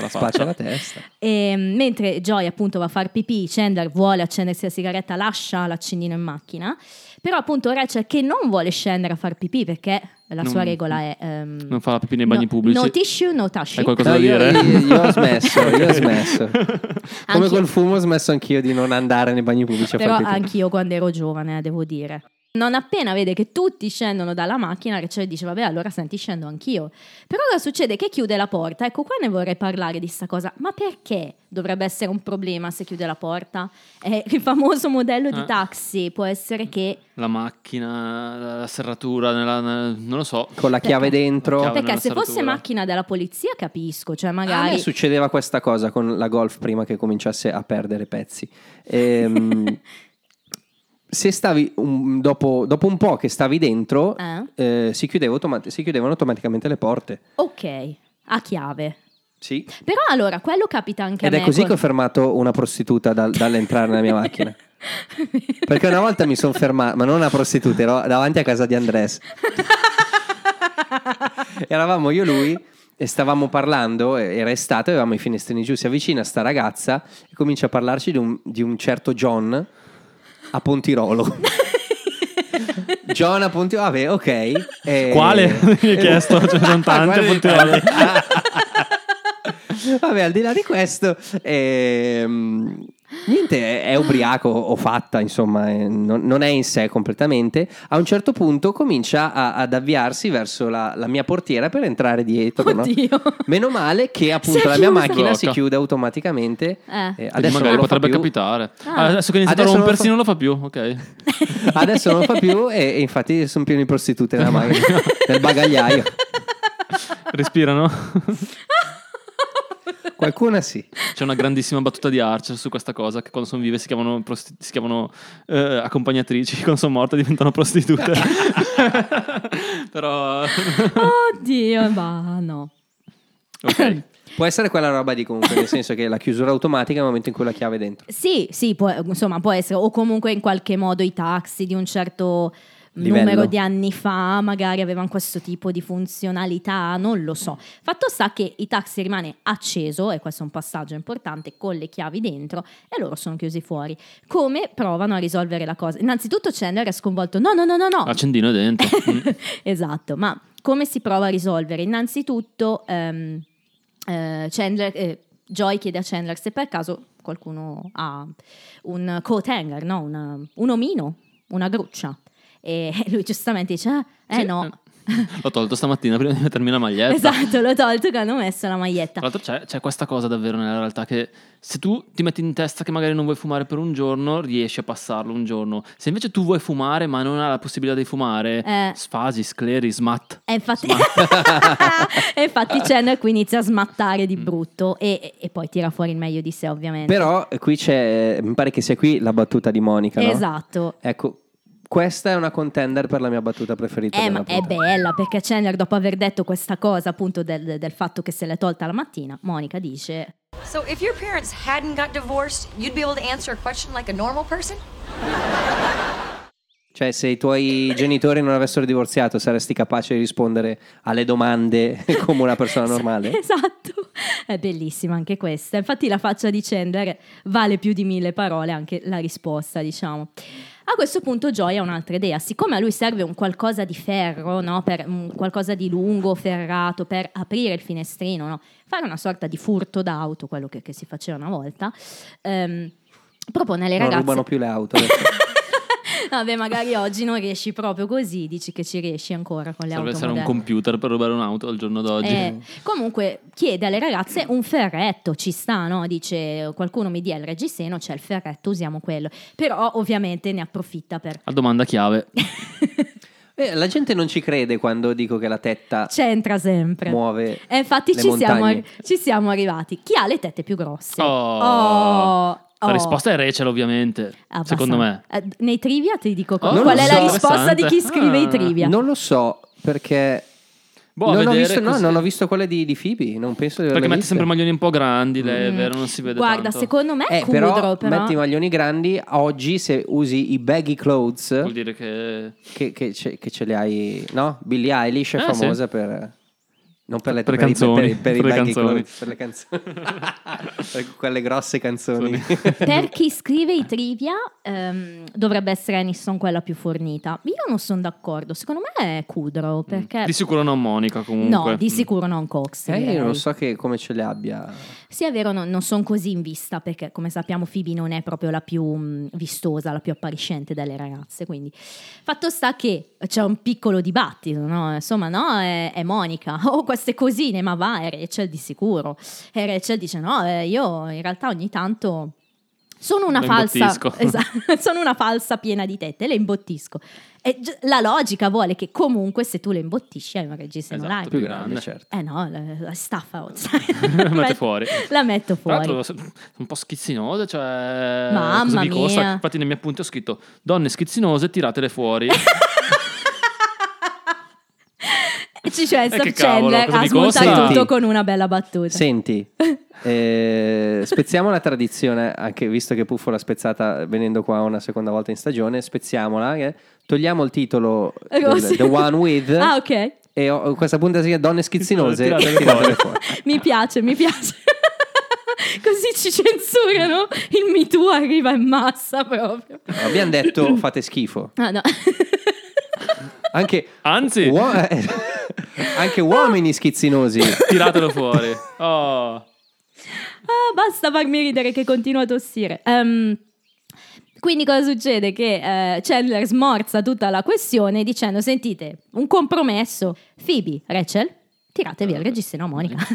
S3: la faccia.
S1: Spaccia la testa.
S2: E, mm, mentre Joy appunto va a far pipì, Chandler vuole accendersi la sigaretta, lascia l'accendino in macchina. Però appunto Rachel che non vuole scendere a far pipì perché la sua
S3: Non-
S2: regola è... ehm,
S3: Non fa la pipì nei bagni
S2: no-
S3: pubblici.
S2: No tissue, no
S3: Hai
S2: tissue.
S3: qualcosa
S1: No,
S3: da
S1: io,
S3: dire?
S1: io- io ho smesso, io ho smesso. Come
S2: Anch'io-
S1: col fumo ho smesso anch'io di non andare nei bagni pubblici a
S2: Però
S1: far pipì.
S2: anch'io quando ero giovane, eh, devo dire. Non appena vede che tutti scendono dalla macchina, Rachel dice, vabbè, allora senti, scendo anch'io. Però cosa succede? Che chiude la porta. Ecco, qua ne vorrei parlare di sta cosa. Ma perché dovrebbe essere un problema se chiude la porta? È il famoso modello di
S3: Eh.
S2: taxi. Può essere che...
S3: La macchina, la- la serratura, nella- nella- non lo so.
S1: Con la chiave dentro.
S3: La chiave
S2: Perché
S3: nella
S2: se fosse
S3: serratura.
S2: macchina della polizia capisco, cioè
S1: A me
S2: magari...
S1: succedeva questa cosa con la golf prima che cominciasse a perdere pezzi. Ehm, se stavi un- dopo, dopo un po' che stavi dentro,
S2: Eh?
S1: eh, si, chiudeva automat- si chiudevano automaticamente le porte.
S2: Ok, a chiave.
S1: Sì.
S2: Però allora, quello capita anche
S1: Ed
S2: a
S1: è
S2: me.
S1: così
S2: con-
S1: che ho fermato una prostituta dal- dall'entrare nella mia macchina. Perché una volta mi sono fermato, ma non una prostituta, ero davanti a casa di Andres. Eravamo io e lui e stavamo parlando, e- era estate, avevamo i finestrini giù, si avvicina sta ragazza e comincia a parlarci di un, di un certo John a Pontirolo. John a Pontirolo, vabbè, ok. Eh, E-
S3: Quale? Mi hai chiesto, ce ne sono tanti a
S1: Quale di
S3: Pontirolo.
S1: tanti? vabbè, al di là di questo, ehm, niente, è, è ubriaco o fatta, insomma, eh, non, non è in sé completamente. A un certo punto comincia a- ad avviarsi verso la, la mia portiera per entrare dietro. no?
S2: Oddio.
S1: Meno male che appunto
S2: Si è
S1: la mia
S2: chiusa.
S1: macchina si
S3: Blocca.
S1: chiude automaticamente.
S2: Eh.
S1: Eh,
S3: Quindi
S1: adesso non
S3: magari
S1: lo fa
S3: potrebbe
S1: più.
S3: capitare.
S2: Ah.
S3: Adesso che ha
S1: Adesso
S3: iniziato a
S1: non lo
S3: rompersi
S1: fa-
S3: non lo fa più, ok.
S1: Adesso non lo fa più e, e infatti sono pieno di prostitute nella macchina, nel bagagliaio.
S3: Respirano.
S1: Qualcuna sì.
S3: C'è una grandissima battuta di Archer su questa cosa che quando sono vive si chiamano, prosti- si chiamano, eh, accompagnatrici, quando sono morte diventano prostitute. Però
S2: Oddio, ma no.
S3: ok.
S1: Può essere quella roba di comunque, nel senso che la chiusura automatica è il momento in cui la chiave è dentro.
S2: Sì, sì, può, insomma, può essere, o comunque in qualche modo i taxi di un certo
S1: Livello.
S2: numero di anni fa, magari avevano questo tipo di funzionalità, non lo so. Fatto sta che i taxi rimane acceso, e questo è un passaggio importante, con le chiavi dentro e loro sono chiusi fuori. Come provano a risolvere la cosa? Innanzitutto Chandler è sconvolto, no, no, no, no,
S1: Ah,
S2: no.
S3: Accendino è dentro. Mm.
S2: esatto, ma come si prova a risolvere? Innanzitutto ehm, eh, Chandler, eh, Joy chiede a Chandler se per caso qualcuno ha un coat hanger, no? Una- un omino, una gruccia. E lui giustamente dice, "Ah, eh
S3: Mm. Sì,
S2: no,
S3: L'ho tolto stamattina prima di mettermi la maglietta.
S2: esatto, l'ho tolto che hanno messo la maglietta.
S3: Tra l'altro c'è, c'è questa cosa davvero nella realtà che se tu ti metti in testa che magari non vuoi fumare per un giorno, riesci a passarlo un giorno. Se invece tu vuoi fumare ma non hai la possibilità di fumare,
S2: Eh.
S3: sfasi, scleri, smat.
S2: E infatti, e infatti Chandler qui inizia a smattare
S3: Mm.
S2: di brutto e, e- e poi tira fuori il meglio di sé ovviamente.
S1: Però eh, qui c'è, mi pare che sia qui la battuta di Monica, no?
S2: Esatto,
S1: Ecco, questa è una contender per la mia battuta preferita.
S2: Eh,
S1: della
S2: ma è
S1: puntata.
S2: bella perché Chandler, dopo aver detto questa cosa appunto del, del fatto che se l'è tolta la mattina, Monica dice:
S5: So, if your parents hadn't got divorced, you'd be able to answer a question like a normal person?
S1: Cioè, se i tuoi genitori non avessero divorziato, saresti capace di rispondere alle domande come una persona normale?
S2: Esatto, è bellissima anche questa. Infatti, la faccia di Chandler vale più di mille parole, anche la risposta, diciamo. A questo punto Joy ha un'altra idea, siccome a lui serve un qualcosa di ferro, no? per, un qualcosa di lungo, ferrato, per aprire il finestrino, no? fare una sorta di furto d'auto, quello che, che si faceva una volta, ehm, propone alle
S1: non
S2: ragazze...
S1: rubano più le auto. adesso.
S2: Vabbè, magari oggi non riesci proprio così, dici che ci riesci ancora con le
S3: Serve
S2: auto
S3: essere un
S2: moderne.
S3: computer per rubare un'auto al giorno d'oggi.
S2: Eh, comunque chiede alle ragazze un ferretto, ci sta, no? Dice qualcuno mi dia il reggiseno, c'è il ferretto, usiamo quello. Però ovviamente ne approfitta per
S3: La domanda chiave.
S1: Eh, la gente non ci crede quando dico che la tetta
S2: c'entra sempre.
S1: muove.
S2: E infatti
S1: le
S2: ci siamo,
S1: montagne.
S2: ci siamo arrivati. Chi ha le tette più grosse?
S3: Oh.
S2: oh.
S3: La risposta è Rachel ovviamente,
S2: Abbastanza.
S3: secondo me. Oh,
S2: Eh, nei trivia ti dico
S3: non
S2: qual
S1: lo
S2: è
S1: so.
S2: la risposta di chi scrive i
S3: Ah.
S2: trivia.
S1: Non lo so perché.
S3: Boh, a
S1: non, ho
S3: vedere
S1: visto, no,
S3: così.
S1: non ho visto quelle di, di Phoebe, non penso di
S3: Perché
S1: averle
S3: mette
S1: viste.
S3: sempre maglioni un po' grandi, lei, è vero, non si vede
S2: Mm. Guarda,
S3: tanto.
S2: secondo me è
S1: Eh,
S2: cudro,
S1: però,
S2: però.
S1: metti i maglioni grandi. Oggi, se usi i baggy clothes,
S3: Vuol dire che...
S1: che, che ce, che ce li hai, no? Billie Eilish è
S3: Eh,
S1: famosa per. Non per le,
S3: Per le
S1: i-
S3: canzoni,
S1: per, i- per i
S3: per le
S1: baggy
S3: canzoni.
S1: clothes, per le canzoni, per quelle grosse canzoni.
S2: per chi scrive i trivia ehm, dovrebbe essere Aniston quella più fornita. Io non sono d'accordo, secondo me è Cudro perché
S3: Mm. Di sicuro non Monica comunque.
S2: Cioè
S3: Mm.
S2: no, di sicuro non Cox.
S1: Eh,
S2: direi.
S1: io non so che, come ce le abbia.
S2: Sì, è vero, non, sono così in vista perché come sappiamo Phoebe non è proprio la più mh, vistosa, la più appariscente delle ragazze, quindi fatto sta che c'è un piccolo dibattito, no? Insomma, no, è, è Monica, oh queste cosine, ma va, è Rachel di sicuro. E Rachel dice no, eh, io in realtà ogni tanto sono una
S3: La
S2: falsa,
S3: imbottisco.
S2: esatto, sono una falsa piena di tette, le imbottisco. E gi- la logica vuole che comunque se tu le imbottisci hai un reggiseno
S3: Esatto,
S2: live.
S1: Più
S3: Più
S1: grande,
S3: grande.
S1: certo.
S2: Eh no, la, la staffa cioè,
S3: La
S2: outside.
S3: mette fuori.
S2: La metto
S3: Tra
S2: fuori.
S3: l'altro sono un po' schizzinose, cioè...
S2: Mamma
S3: cosa vi
S2: mia.
S3: costa? Infatti nei miei appunti ho scritto donne schizzinose, tiratele fuori.
S2: E dici, cioè, Stop
S3: Eh, che cavolo,
S2: Chandler
S3: cosa
S2: ha
S3: mi costa?
S2: smontato tutto
S1: Senti.
S2: con una bella battuta.
S1: Senti, eh, spezziamo la tradizione, anche visto che Puffo l'ha spezzata venendo qua una seconda volta in stagione, spezziamola, eh. togliamo il titolo del-
S2: Rossi.
S1: The One With
S2: Ah, ok.
S1: e ho- ho questa punta si chiama Donne schizzinose.
S3: Tirate le
S1: tiratele
S3: cose.
S1: fuori.
S2: Mi piace, mi piace. Così ci censurano. Il Me Too arriva in massa proprio.
S1: Abbiamo detto fate schifo.
S2: Ah, no.
S1: Anche,
S3: Anzi.
S1: uo-
S2: Ah.
S1: anche uomini schizzinosi.
S3: Tiratelo fuori. Oh.
S2: Ah, basta farmi ridere che continuo a tossire. Ehm, quindi cosa succede? Che eh, Chandler smorza tutta la questione dicendo, sentite, un compromesso. Phoebe, Rachel, tirate via il reggiseno a Monica.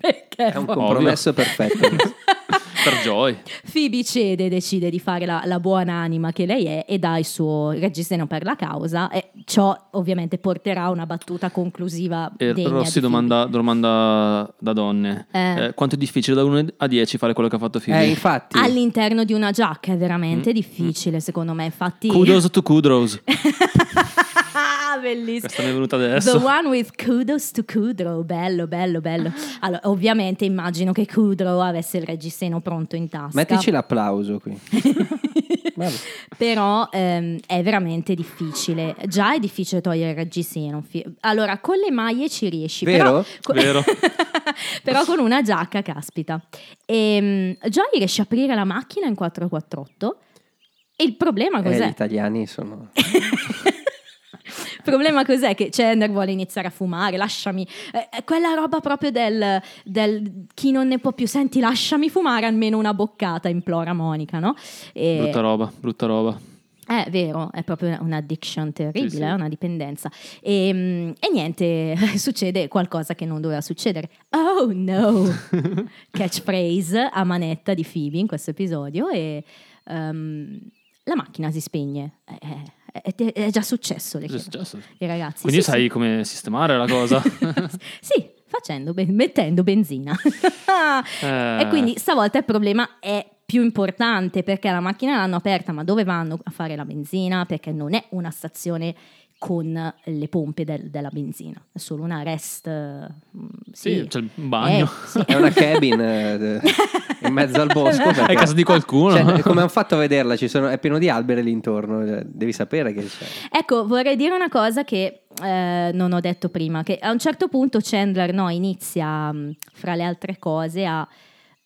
S2: Perché?
S1: È un
S2: poi?
S1: compromesso perfetto.
S3: Per Joy.
S2: Phoebe cede e decide di fare la, la buona anima che lei è e dà il suo reggiseno per la causa e ciò ovviamente porterà a una battuta conclusiva
S3: E
S2: degna di
S3: Rossi
S2: Phoebe.
S3: Eh, domanda, domanda da donne.
S2: Eh.
S3: Eh, quanto è difficile da 1 a 10 fare quello che ha fatto Phoebe?
S1: Eh, infatti,
S2: all'interno di una giacca è veramente difficile secondo me infatti
S3: Mm, Kudos to kudos.
S2: bellissimo
S3: Questa mi è venuta adesso.
S2: The one with kudos to Kudrow, bello, bello, bello. Allora, ovviamente immagino che Kudrow avesse il reggiseno pronto in tasca.
S1: mettici l'applauso qui. Vabbè.
S2: Però ehm, è veramente difficile. Già è difficile togliere il reggiseno. Fi- Allora, con le maglie ci riesci.
S1: Vero?
S2: Però, co-
S3: Vero.
S2: Eh. però con una giacca, caspita. Ehm, Joy riesce a aprire la macchina in 448. E il problema
S1: Eh, gli
S2: cos'è?
S1: italiani sono...
S2: Il problema cos'è? Che Chandler vuole iniziare a fumare, lasciami. eh, eh, quella roba proprio del, del chi non ne può più, senti, lasciami fumare almeno una boccata, implora Monica, no? Eh, E-
S3: Brutta roba, brutta roba.
S2: È vero, è proprio una- un'addiction terribile,
S3: Sì, sì.
S2: eh, una dipendenza. E, mm, e niente, succede qualcosa che non doveva succedere. Oh no! Catchphrase a manetta di Phoebe in questo episodio e ehm, la macchina si spegne. Eh, eh, È, è- è già successo, le
S3: Cosa è
S2: chiedo.
S3: successo?
S2: I ragazzi.
S3: Quindi
S2: sì,
S3: sai
S2: sì.
S3: come sistemare la cosa.
S2: sì, facendo, ben- mettendo benzina.
S3: Eh.
S2: E quindi stavolta il problema è più importante perché la macchina l'hanno aperta, ma dove vanno a fare la benzina? Perché non è una stazione con le pompe del- della benzina, è solo una rest. eh, mm, Sì,
S3: Sì, c'è il bagno.
S2: Eh, sì.
S1: È una cabin eh, in mezzo al bosco. perché-
S3: Esatto. È casa di qualcuno.
S1: Cioè, come hanno fatto a vederla? Ci sono- è pieno di alberi lì intorno. eh, Devi sapere che c'è.
S2: Ecco, vorrei dire una cosa che eh, non ho detto prima, che a un certo punto Chandler no, inizia, mh, fra le altre cose, a,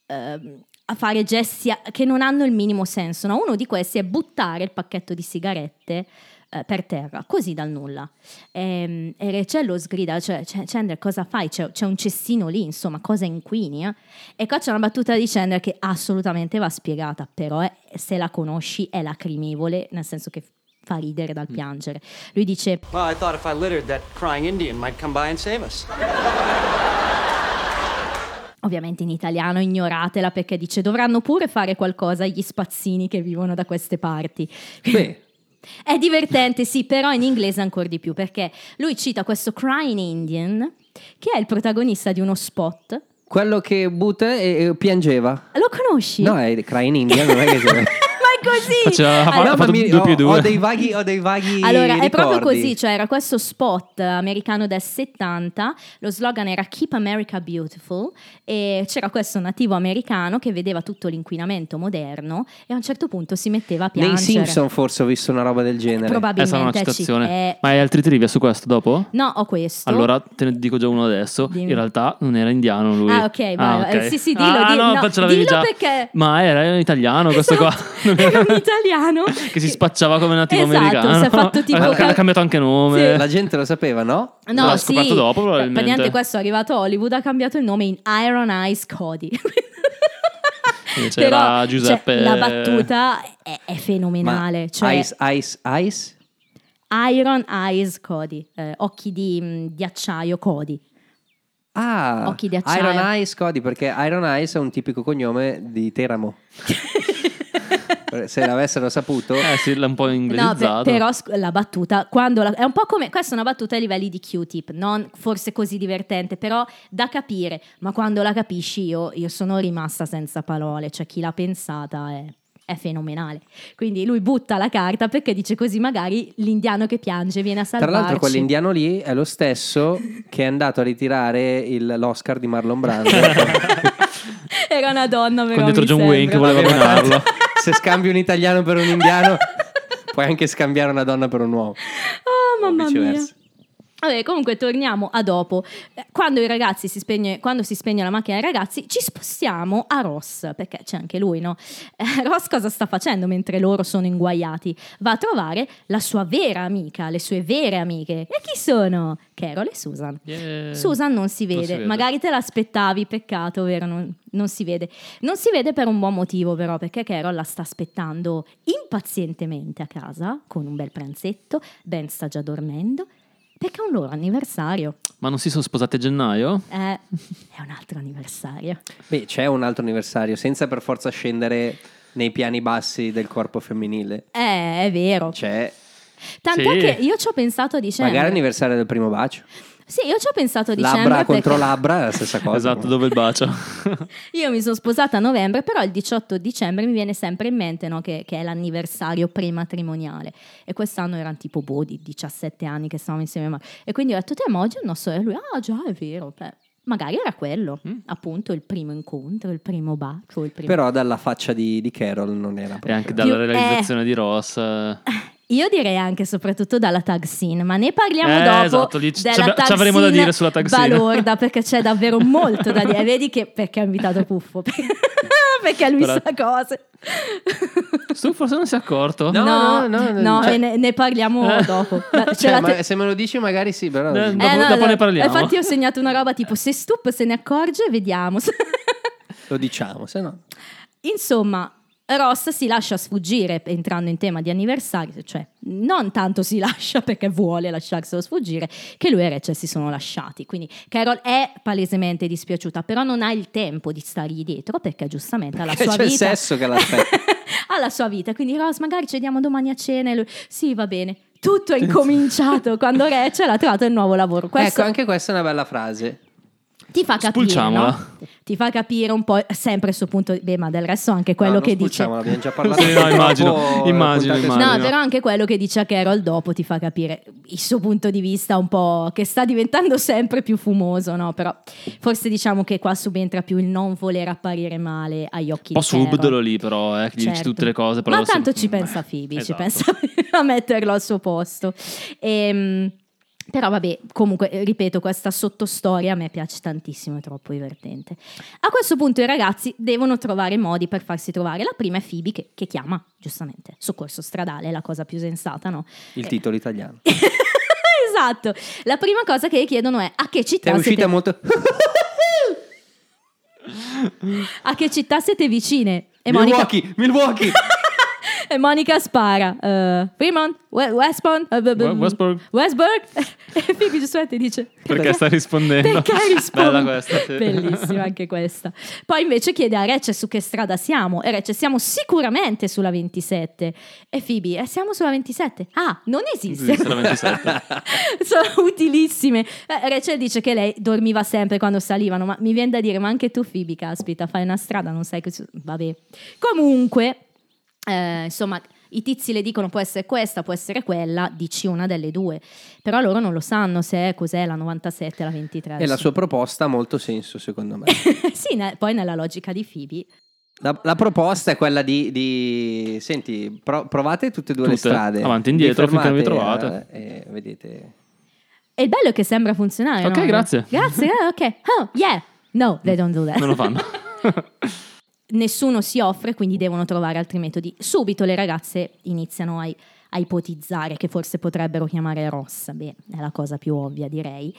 S2: ehm, a fare gesti a- che non hanno il minimo senso. no? Uno di questi è buttare il pacchetto di sigarette eh, per terra, così dal nulla. Ehm, E, Rachel lo sgrida, cioè "C- Chandler cosa fai? C'è, c'è un cestino lì, insomma, cosa inquini? eh?" E qua c'è una battuta di Chandler che assolutamente va spiegata, però è- se la conosci è lacrimevole, nel senso che fa ridere
S1: Mm.
S2: dal piangere. Lui dice,
S7: Well, I thought if I littered, that crying Indian might come by and save us.
S2: ovviamente in italiano, ignoratela perché dice dovranno pure fare qualcosa agli spazzini che vivono da queste parti.
S1: Beh,
S2: È divertente, sì, però in inglese ancora di più, perché lui cita questo Crying Indian, che è il protagonista di uno spot.
S1: quello che butta e, e piangeva.
S2: Lo conosci?
S1: No, è Cry in India, non è che c'è.
S2: Ma è così!
S3: Faceva-
S2: Allora-
S3: ha fatto due
S1: ho,
S3: più due.
S1: ho dei vaghi, ho dei vaghi
S2: Allora, è proprio
S1: ricordi.
S2: così, cioè era questo spot americano del 70, lo slogan era Keep America Beautiful e c'era questo nativo americano che vedeva tutto l'inquinamento moderno e a un certo punto si metteva a piangere.
S1: Nei Simpson forse ho visto una roba del genere.
S3: Eh, sarà una
S2: Probabilmente ci-
S3: citazione.
S2: eh,
S3: Ma hai altri trivia su questo dopo?
S2: No, ho questo.
S3: Allora te ne dico già uno adesso.
S2: Dimmi.
S3: In realtà non era indiano lui.
S2: Ah, ok, vai, vai.
S3: ok.
S2: Sì, sì, dillo,
S3: Ah,
S2: dillo.
S3: no,
S2: No,
S3: faccio l'avevi
S2: dillo
S3: già.
S2: perché-
S3: Ma era italiano questo qua.
S2: Esatto, era un italiano
S3: che si spacciava come nativo
S2: Esatto,
S3: americano.
S2: si è fatto tipo-
S3: Ha- ha cambiato anche nome.
S1: La gente lo sapeva, no?
S2: No,
S3: L'ha
S2: sì,
S3: scoperto dopo, probabilmente.
S2: praticamente questo è arrivato a Hollywood, ha cambiato il nome in Iron Eyes Cody.
S3: c'era
S2: Però,
S3: Giuseppe-
S2: cioè, la battuta è, è fenomenale. cioè,
S1: Ice, ice, ice?
S2: Iron Eyes Cody, eh, occhi di, mh, di acciaio Cody.
S1: Ah,
S2: Occhi di acciaio.
S1: Iron Ice, Cody, perché Iron Ice è un tipico cognome di Teramo. Se l'avessero saputo,
S3: Eh sì, l'ha un po'
S2: No,
S3: inglesizzato.
S2: per- però sc- la battuta, quando la- è un po' come, questa è una battuta ai livelli di Q-tip, non forse così divertente, però da capire, ma quando la capisci io, io sono rimasta senza parole, cioè chi l'ha pensata è è fenomenale. Quindi lui butta la carta perché dice così magari l'indiano che piange viene a
S1: Tra
S2: salvarci.
S1: l'altro, quell'indiano lì è lo stesso che è andato a ritirare il- l'Oscar di Marlon Brando.
S2: Era una donna però
S3: Con dentro
S2: mi
S3: John Wayne che
S2: sembra.
S3: voleva donarlo.
S1: Se scambi un italiano per un indiano, puoi anche scambiare una donna per un uomo.
S2: Oh, mamma mia.
S1: viceversa.
S2: Vabbè, comunque torniamo a dopo. Eh, Quando, i ragazzi si spegne, quando si spegne la macchina dei ragazzi, ci spostiamo a Ross, perché c'è anche lui, no? Eh, Ross cosa sta facendo mentre loro sono inguaiati? Va a trovare la sua vera amica, le sue vere amiche. E chi sono? Carol e Susan.
S3: Yeah.
S2: Susan non si,
S3: Non
S2: vede.
S3: si vede.
S2: magari te l'aspettavi, peccato, vero? Non, non si vede. Non si vede per un buon motivo, però, perché Carol la sta aspettando impazientemente a casa con un bel pranzetto. Ben sta già dormendo perché è un loro anniversario.
S3: Ma non si sono sposati a gennaio?
S2: Eh, è un altro anniversario.
S1: Beh, c'è un altro anniversario, senza per forza scendere nei piani bassi del corpo femminile.
S2: Eh, è vero.
S1: C'è
S2: Tant'è
S3: Sì.
S2: che io ci ho pensato a dicembre.
S1: magari l'anniversario del primo bacio.
S2: Sì, io ci ho pensato a dicembre.
S1: Labbra contro
S2: perché-
S1: labbra è la stessa cosa.
S3: Esatto, dove il bacio?
S2: Io mi sono sposata a novembre, però il 18 dicembre mi viene sempre in mente no, che, che è l'anniversario prematrimoniale. E quest'anno erano tipo boh, di 17 anni che stavamo insieme. ma- E quindi ho detto, te, ma oggi è il nostro. E lui, ah, già, è vero. Beh, magari era quello,
S3: Mm.
S2: appunto, il primo incontro, il primo bacio. Il primo...
S1: Però dalla faccia di, di Carol non era
S3: e
S1: proprio.
S3: anche dalla
S2: Più- eh.
S3: realizzazione di Ross. eh.
S2: Io direi anche e soprattutto dalla tag scene, ma ne parliamo
S3: Eh,
S2: dopo.
S3: esatto, lì ci-
S2: della
S3: ci abbi-
S2: tag
S3: ci avremo da
S2: scene
S3: dire sulla tag scene.
S2: balorda, perché c'è davvero molto da dire. Vedi che perché ho invitato Puffo? perché lui
S3: Però-
S2: sa cose.
S3: Tu forse non si è accorto?
S1: No,
S2: no,
S1: no, no,
S2: no,
S1: cioè-
S2: e ne, ne parliamo
S3: Eh.
S2: dopo. Ma c'è
S1: Cioè,
S2: la
S1: ma
S2: te-
S1: se me lo dici, magari sì, però.
S3: Eh,
S2: Eh,
S3: dopo- dopo ne parliamo.
S2: Infatti, ho segnato una roba tipo: se Stup se ne accorge, vediamo.
S1: Lo diciamo, se no.
S2: Insomma, Ross si lascia sfuggire entrando in tema di anniversario, cioè non tanto si lascia perché vuole lasciarselo sfuggire, che lui e Rachel si sono lasciati. Quindi Carol è palesemente dispiaciuta, però non ha il tempo di stargli dietro perché giustamente ha la
S1: Perché
S2: sua
S1: c'è il
S2: vita.
S1: sesso che l'aspetta.
S2: ha la sua vita, quindi Ross magari ci vediamo domani a cena e lui sì, va bene. Tutto è incominciato quando Rachel ha trovato il nuovo lavoro. Questo
S1: Ecco, anche questa è una bella frase.
S2: ti fa capire,
S3: Spulciamola.
S2: no? Ti fa capire un po' sempre il suo punto, beh, ma del resto anche quello
S1: No, non
S2: che dice.
S1: spulciamola, abbiamo già parlato.
S3: Sì, no,
S1: troppo,
S3: immagino,
S1: eh,
S3: immagino,
S1: puntate
S3: immagino.
S2: No,
S1: su-
S2: però anche quello che dice a Carol dopo ti fa capire il suo punto di vista un po' che sta diventando sempre più fumoso, no? Però forse diciamo che qua subentra più il non voler apparire male agli occhi
S3: Un po'
S2: di Carol.
S3: subdolo lì, però, eh, che gli dici
S2: Certo.
S3: tutte le cose. Però
S2: Ma
S3: lo sem-
S2: tanto ci
S3: Mm,
S2: pensa
S3: eh,
S2: Phoebe, ci
S3: esatto.
S2: pensa a metterlo al suo posto. Ehm, però vabbè, comunque, eh, ripeto, questa sottostoria a me piace tantissimo, è troppo divertente. A questo punto i ragazzi devono trovare modi per farsi trovare. La prima è Phoebe che, che chiama, giustamente, soccorso stradale, è la cosa più sensata, no?
S1: Il titolo italiano.
S2: Eh, esatto, la prima cosa che le chiedono è a
S1: Ti è
S2: che città,
S1: uscita
S2: siete,
S1: molto.
S2: a che città siete vicine? E Monica,
S1: Milwaukee, Milwaukee.
S2: E Monica spara. eh, Fremont, We- Westbourne, eh, b- b-
S3: We- Westburg.
S2: Westburg. E Phoebe giustamente dice:
S3: Perché sta rispondendo.
S2: Perché risponde?
S3: Bella questa, sì.
S2: Bellissima anche questa. Poi invece chiede a Recce su che strada siamo. E Recce siamo sicuramente sulla 27. E Phoebe, "Eh, siamo sulla 27. Ah, non esiste.
S3: Esiste la 27.
S2: Sono utilissime. Eh, Rachel dice che lei dormiva sempre quando salivano, ma mi viene da dire, ma anche tu, Phoebe, caspita, fai una strada, non sai che... su- Vabbè. Comunque, eh, insomma, i tizi le dicono può essere questa, può essere quella, dici una delle due. Però loro non lo sanno se è cos'è la 97, la 23.
S1: E la
S2: adesso.
S1: sua proposta ha molto senso, secondo me.
S2: sì, ne- poi nella logica di Phoebe.
S1: La, la proposta è quella di, di- senti, pro- provate tutte e due le
S3: Tutte,
S1: strade.
S3: avanti e indietro,
S1: Vi fermate,
S3: finché non vi trovate.
S1: eh, e vedete.
S2: E il bello è che sembra funzionare.
S3: Ok,
S2: no?
S3: grazie.
S2: Grazie, eh, ok. Oh, yeah. No, they don't do that.
S3: Non lo fanno.
S2: nessuno si offre, quindi devono trovare altri metodi. Subito le ragazze iniziano a, a ipotizzare che forse potrebbero chiamare Ross. Beh, è la cosa più ovvia, direi.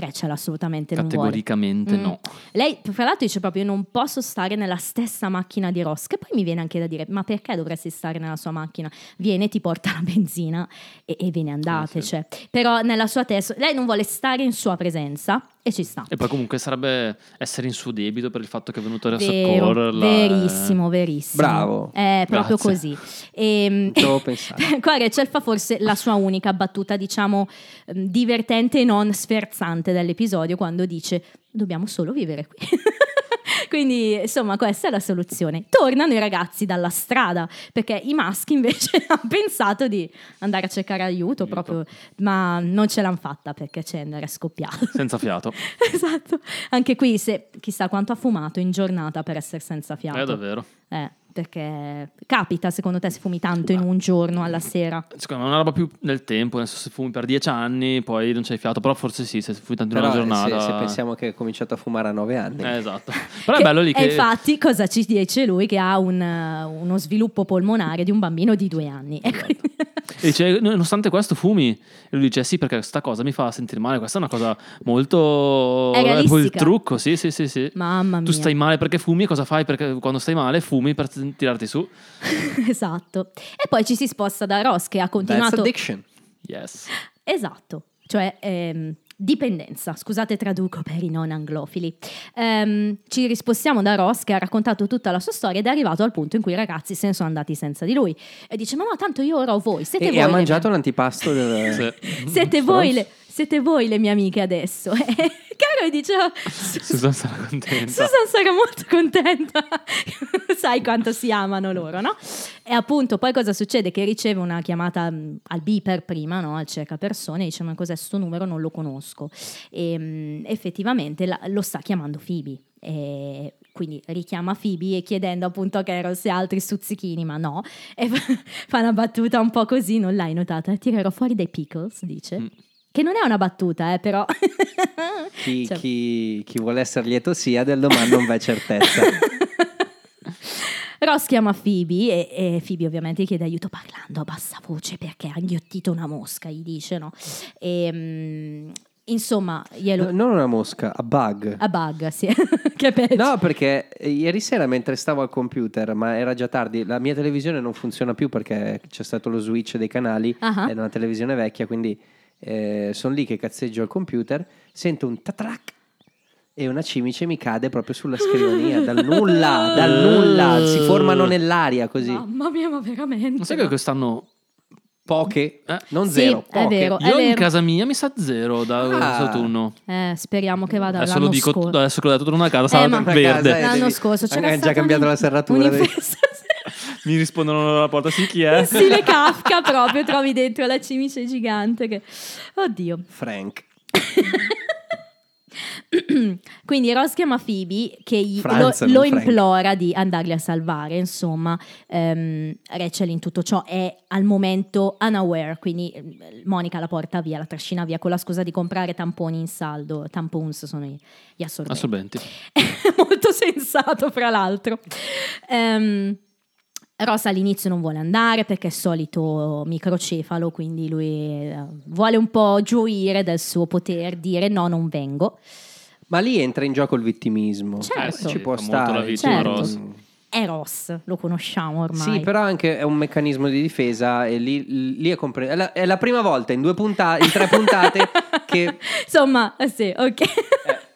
S2: Rachel assolutamente non vuole.
S3: Categoricamente
S2: Mm.
S3: no.
S2: Lei, fra l'altro, dice proprio: Io non posso stare nella stessa macchina di Ross. Che poi mi viene anche da dire: Ma perché dovresti stare nella sua macchina? Viene, ti porta la benzina e, e ve ne andate.
S3: Sì, sì.
S2: cioè. Però nella sua testa, lei non vuole stare in sua presenza e ci sta.
S3: E poi comunque sarebbe essere in suo debito per il fatto che è venuto a
S2: Vero,
S3: soccorrerla. eh.
S2: Verissimo, verissimo.
S1: Bravo.
S2: È proprio
S3: Grazie.
S2: così. Ehm,
S1: ci avevo pensato.
S2: Qua Rachel fa forse la sua unica battuta, diciamo, ehm, divertente e non sferzante dell'episodio quando dice dobbiamo solo vivere qui. Quindi, insomma, questa è la soluzione. Tornano i ragazzi dalla strada, perché i maschi invece hanno pensato di andare a cercare aiuto, proprio, ma non ce l'hanno fatta perché Chandler è scoppiato.
S3: Senza fiato.
S2: esatto. Anche qui, se, chissà quanto ha fumato in giornata per essere senza fiato.
S3: Eh, davvero.
S2: Eh, perché capita, secondo te, se fumi tanto in un giorno alla sera?
S3: Secondo me è una roba più nel tempo, nel senso se fumi per dieci anni, poi non c'hai fiato, però forse sì, se fumi tanto in
S1: Però
S2: eh,
S3: una
S1: se-
S3: giornata.
S1: se, pensiamo che ha cominciato a fumare a 9 anni,
S3: Eh, esatto. Però è bello lì
S2: E
S3: che
S2: infatti, cosa ci dice lui? Che ha un, eh, uno sviluppo polmonare di un bambino di due anni. E quindi-
S3: e dice, nonostante questo fumi, e lui dice sì perché sta cosa mi fa sentire male, questa è una cosa molto...
S2: È
S3: un po' il
S2: realistica.
S3: trucco, sì, sì, sì, sì.
S2: Mamma
S3: Tu
S2: mia.
S3: stai male perché fumi e cosa fai perché quando stai male fumi per t- tirarti su?
S2: esatto. E poi ci si sposta da Ross che ha
S1: that's
S2: continuato.
S1: addiction.
S3: Yes.
S2: Esatto, cioè ehm, dipendenza. Scusate, traduco per i non anglofili. Ehm, ci rispostiamo da Ross che ha raccontato tutta la sua storia ed è arrivato al punto in cui i ragazzi se ne sono andati senza di lui. E dice: Ma no, tanto io ora ho voi. Siete
S1: E,
S2: voi.
S1: e ha
S2: le
S1: mangiato
S2: mie-
S1: l'antipasto del...
S3: Sì.
S2: siete, voi le... siete voi le mie amiche adesso. E Caro dice: "Oh, Sus-
S3: Susan sarà contenta.
S2: Susan sarà molto contenta. Sai quanto si amano loro, no? E appunto, poi cosa succede? Che riceve una chiamata mh, al beeper prima, no? Al cerca persone, e dice: Ma cos'è sto numero? Non lo conosco. E mh, effettivamente la- lo sta chiamando Phoebe. E quindi richiama Phoebe e chiedendo appunto a Carol se ha altri stuzzichini, ma no. E fa- fa una battuta un po' così, non l'hai notata? Tirerò fuori dei pickles, dice. Che non è una battuta, eh, però.
S1: chi,
S2: Cioè-
S1: chi- chi vuole essere lieto sia del domani non v'è certezza.
S2: Ross chiama Phoebe e, e Phoebe ovviamente chiede aiuto parlando a bassa voce perché ha inghiottito una mosca, gli dice, no? E, mm, insomma, glielo...
S1: No, non una mosca, a bug.
S2: A bug, sì. che peggio.
S1: No, perché eh, ieri sera mentre stavo al computer, ma era già tardi, la mia televisione non funziona più perché c'è stato lo switch dei canali,
S2: Ah ah.
S1: era una televisione vecchia, quindi sono lì che cazzeggio al computer, sento un tatrac e una cimice mi cade proprio sulla scrivania, dal nulla, dal
S2: Eh.
S1: nulla, si formano nell'aria così.
S2: Mamma mia, ma veramente.
S3: Non sai che quest'anno
S1: Poche,
S3: Eh.
S1: non
S2: Sì,
S1: zero,
S2: Ecco, è
S1: poche.
S2: vero.
S3: io in casa mia mi sa zero da
S1: Ah.
S3: quest'autunno.
S2: Eh, speriamo che vada
S3: Adesso lo
S2: l'anno
S3: dico,
S2: scorso.
S3: adesso che ho dato torno a casa,
S2: Eh,
S3: sarà
S2: ma-
S3: verde.
S1: Dai,
S2: L'anno
S1: devi-
S2: scorso c'era
S1: hanno già
S2: stata
S1: cambiato
S2: un-
S1: la serratura, Eh?
S2: un'infesta-
S3: Mi rispondono alla porta, sì chi è?
S2: Stile Kafka proprio, trovi dentro la cimice gigante che... Oddio.
S1: Frank.
S2: Quindi Ross chiama Phoebe che gli-
S1: Franz,
S2: lo, lo
S1: non Frank.
S2: implora di andarli a salvare, insomma Ehm, Rachel in tutto ciò è al momento unaware, quindi ehm, Monica la porta via, la trascina via con la scusa di comprare tamponi in saldo, tampons sono i- gli assorbenti.
S3: Assorbenti.
S2: molto sensato, fra l'altro. Ehm, Ross all'inizio non vuole andare perché è solito microcefalo, quindi lui eh, vuole un po' gioire del suo poter dire no, non vengo.
S1: Ma lì entra in gioco il vittimismo. Eh,
S2: Certo.
S1: ci può
S3: Fa molto la
S1: stare. Mm.
S3: vittima,
S2: Certo.
S3: Ross.
S2: È Ross, lo conosciamo ormai.
S1: Sì, però anche è un meccanismo di difesa e lì, lì è compre- È la, è la prima volta in, due punta- in tre puntate che... Eh.
S2: Insomma, eh, sì, ok.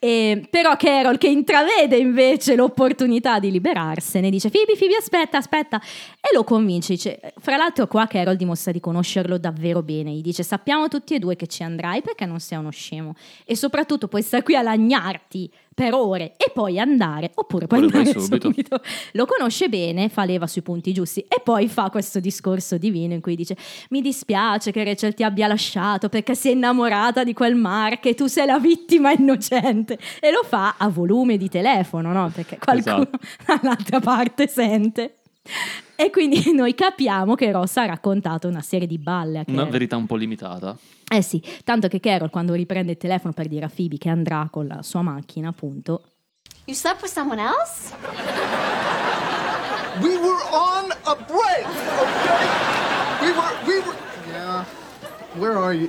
S2: E- però Carol che intravede invece l'opportunità di liberarsene dice Fibi, Fibi aspetta, aspetta e lo convince, dice, fra l'altro qua Carol dimostra di conoscerlo davvero bene gli dice sappiamo tutti e due che ci andrai perché non sei uno scemo e soprattutto puoi stare qui a lagnarti per ore e poi andare oppure puoi
S3: Oppure vai
S2: andare
S3: subito.
S2: subito lo conosce bene, fa leva sui punti giusti e poi fa questo discorso divino in cui dice mi dispiace che Rachel ti abbia lasciato perché sei innamorata di quel Mark e tu sei la vittima innocente e lo fa a volume di telefono, no? Perché qualcuno
S3: Esatto.
S2: dall'altra parte sente. E quindi noi capiamo che Ross ha raccontato una serie di balle a
S3: Una
S2: Carol.
S3: verità un po' limitata.
S2: Eh sì, tanto che Carol quando riprende il telefono per dire a Phoebe che andrà con la sua macchina, appunto,
S9: You slept with someone else?
S6: We were on a break, okay? We were, we were. Yeah. Where are you?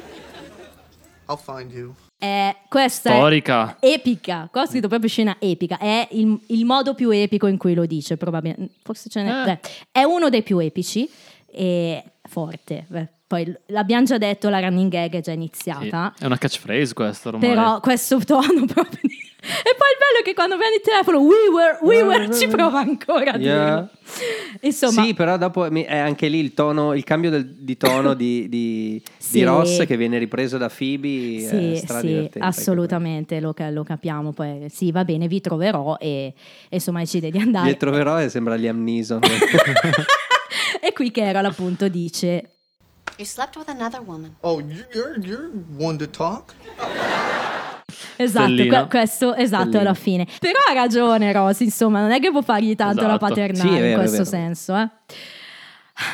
S6: I'll find you.
S2: Eh, questa
S3: Storica.
S2: è epica. Qua ho scritto proprio scena epica. È il, il modo più epico in cui lo dice, probabilmente. Forse ce n'è.
S3: Eh.
S2: beh, è uno dei più epici e forte. Beh, poi l- l'abbiamo già detto, la running gag è già
S3: Sì.
S2: iniziata.
S3: È una catchphrase questa ormai.
S2: Però questo tono proprio di- E poi il bello è che quando prendi il telefono, we were, we were, ci prova ancora. a
S1: Yeah.
S2: dirlo. Insomma,
S1: Sì, però dopo mi- è anche lì il tono, il cambio del- di tono di, di- di
S2: Sì.
S1: Ross che viene ripreso da Phoebe. è
S2: Sì, sì,
S1: stradivertente anche
S2: assolutamente, lo, ca- lo capiamo. Poi sì, va bene, vi troverò e, e insomma decide di andare.
S1: quello. Dietro però e sembra Liam Neeson.
S2: e qui Carol appunto dice...
S9: You slept with another woman.
S6: Oh, you- you're you're one to talk.
S2: Esatto,
S3: Stellina.
S2: que- questo esatto
S1: Stellina.
S2: è la fine. Però ha ragione Rosy, insomma, non è che può fargli tanto la
S3: Esatto.
S2: paternale
S1: Sì, è vero, è
S2: in questo
S1: vero.
S2: senso. eh.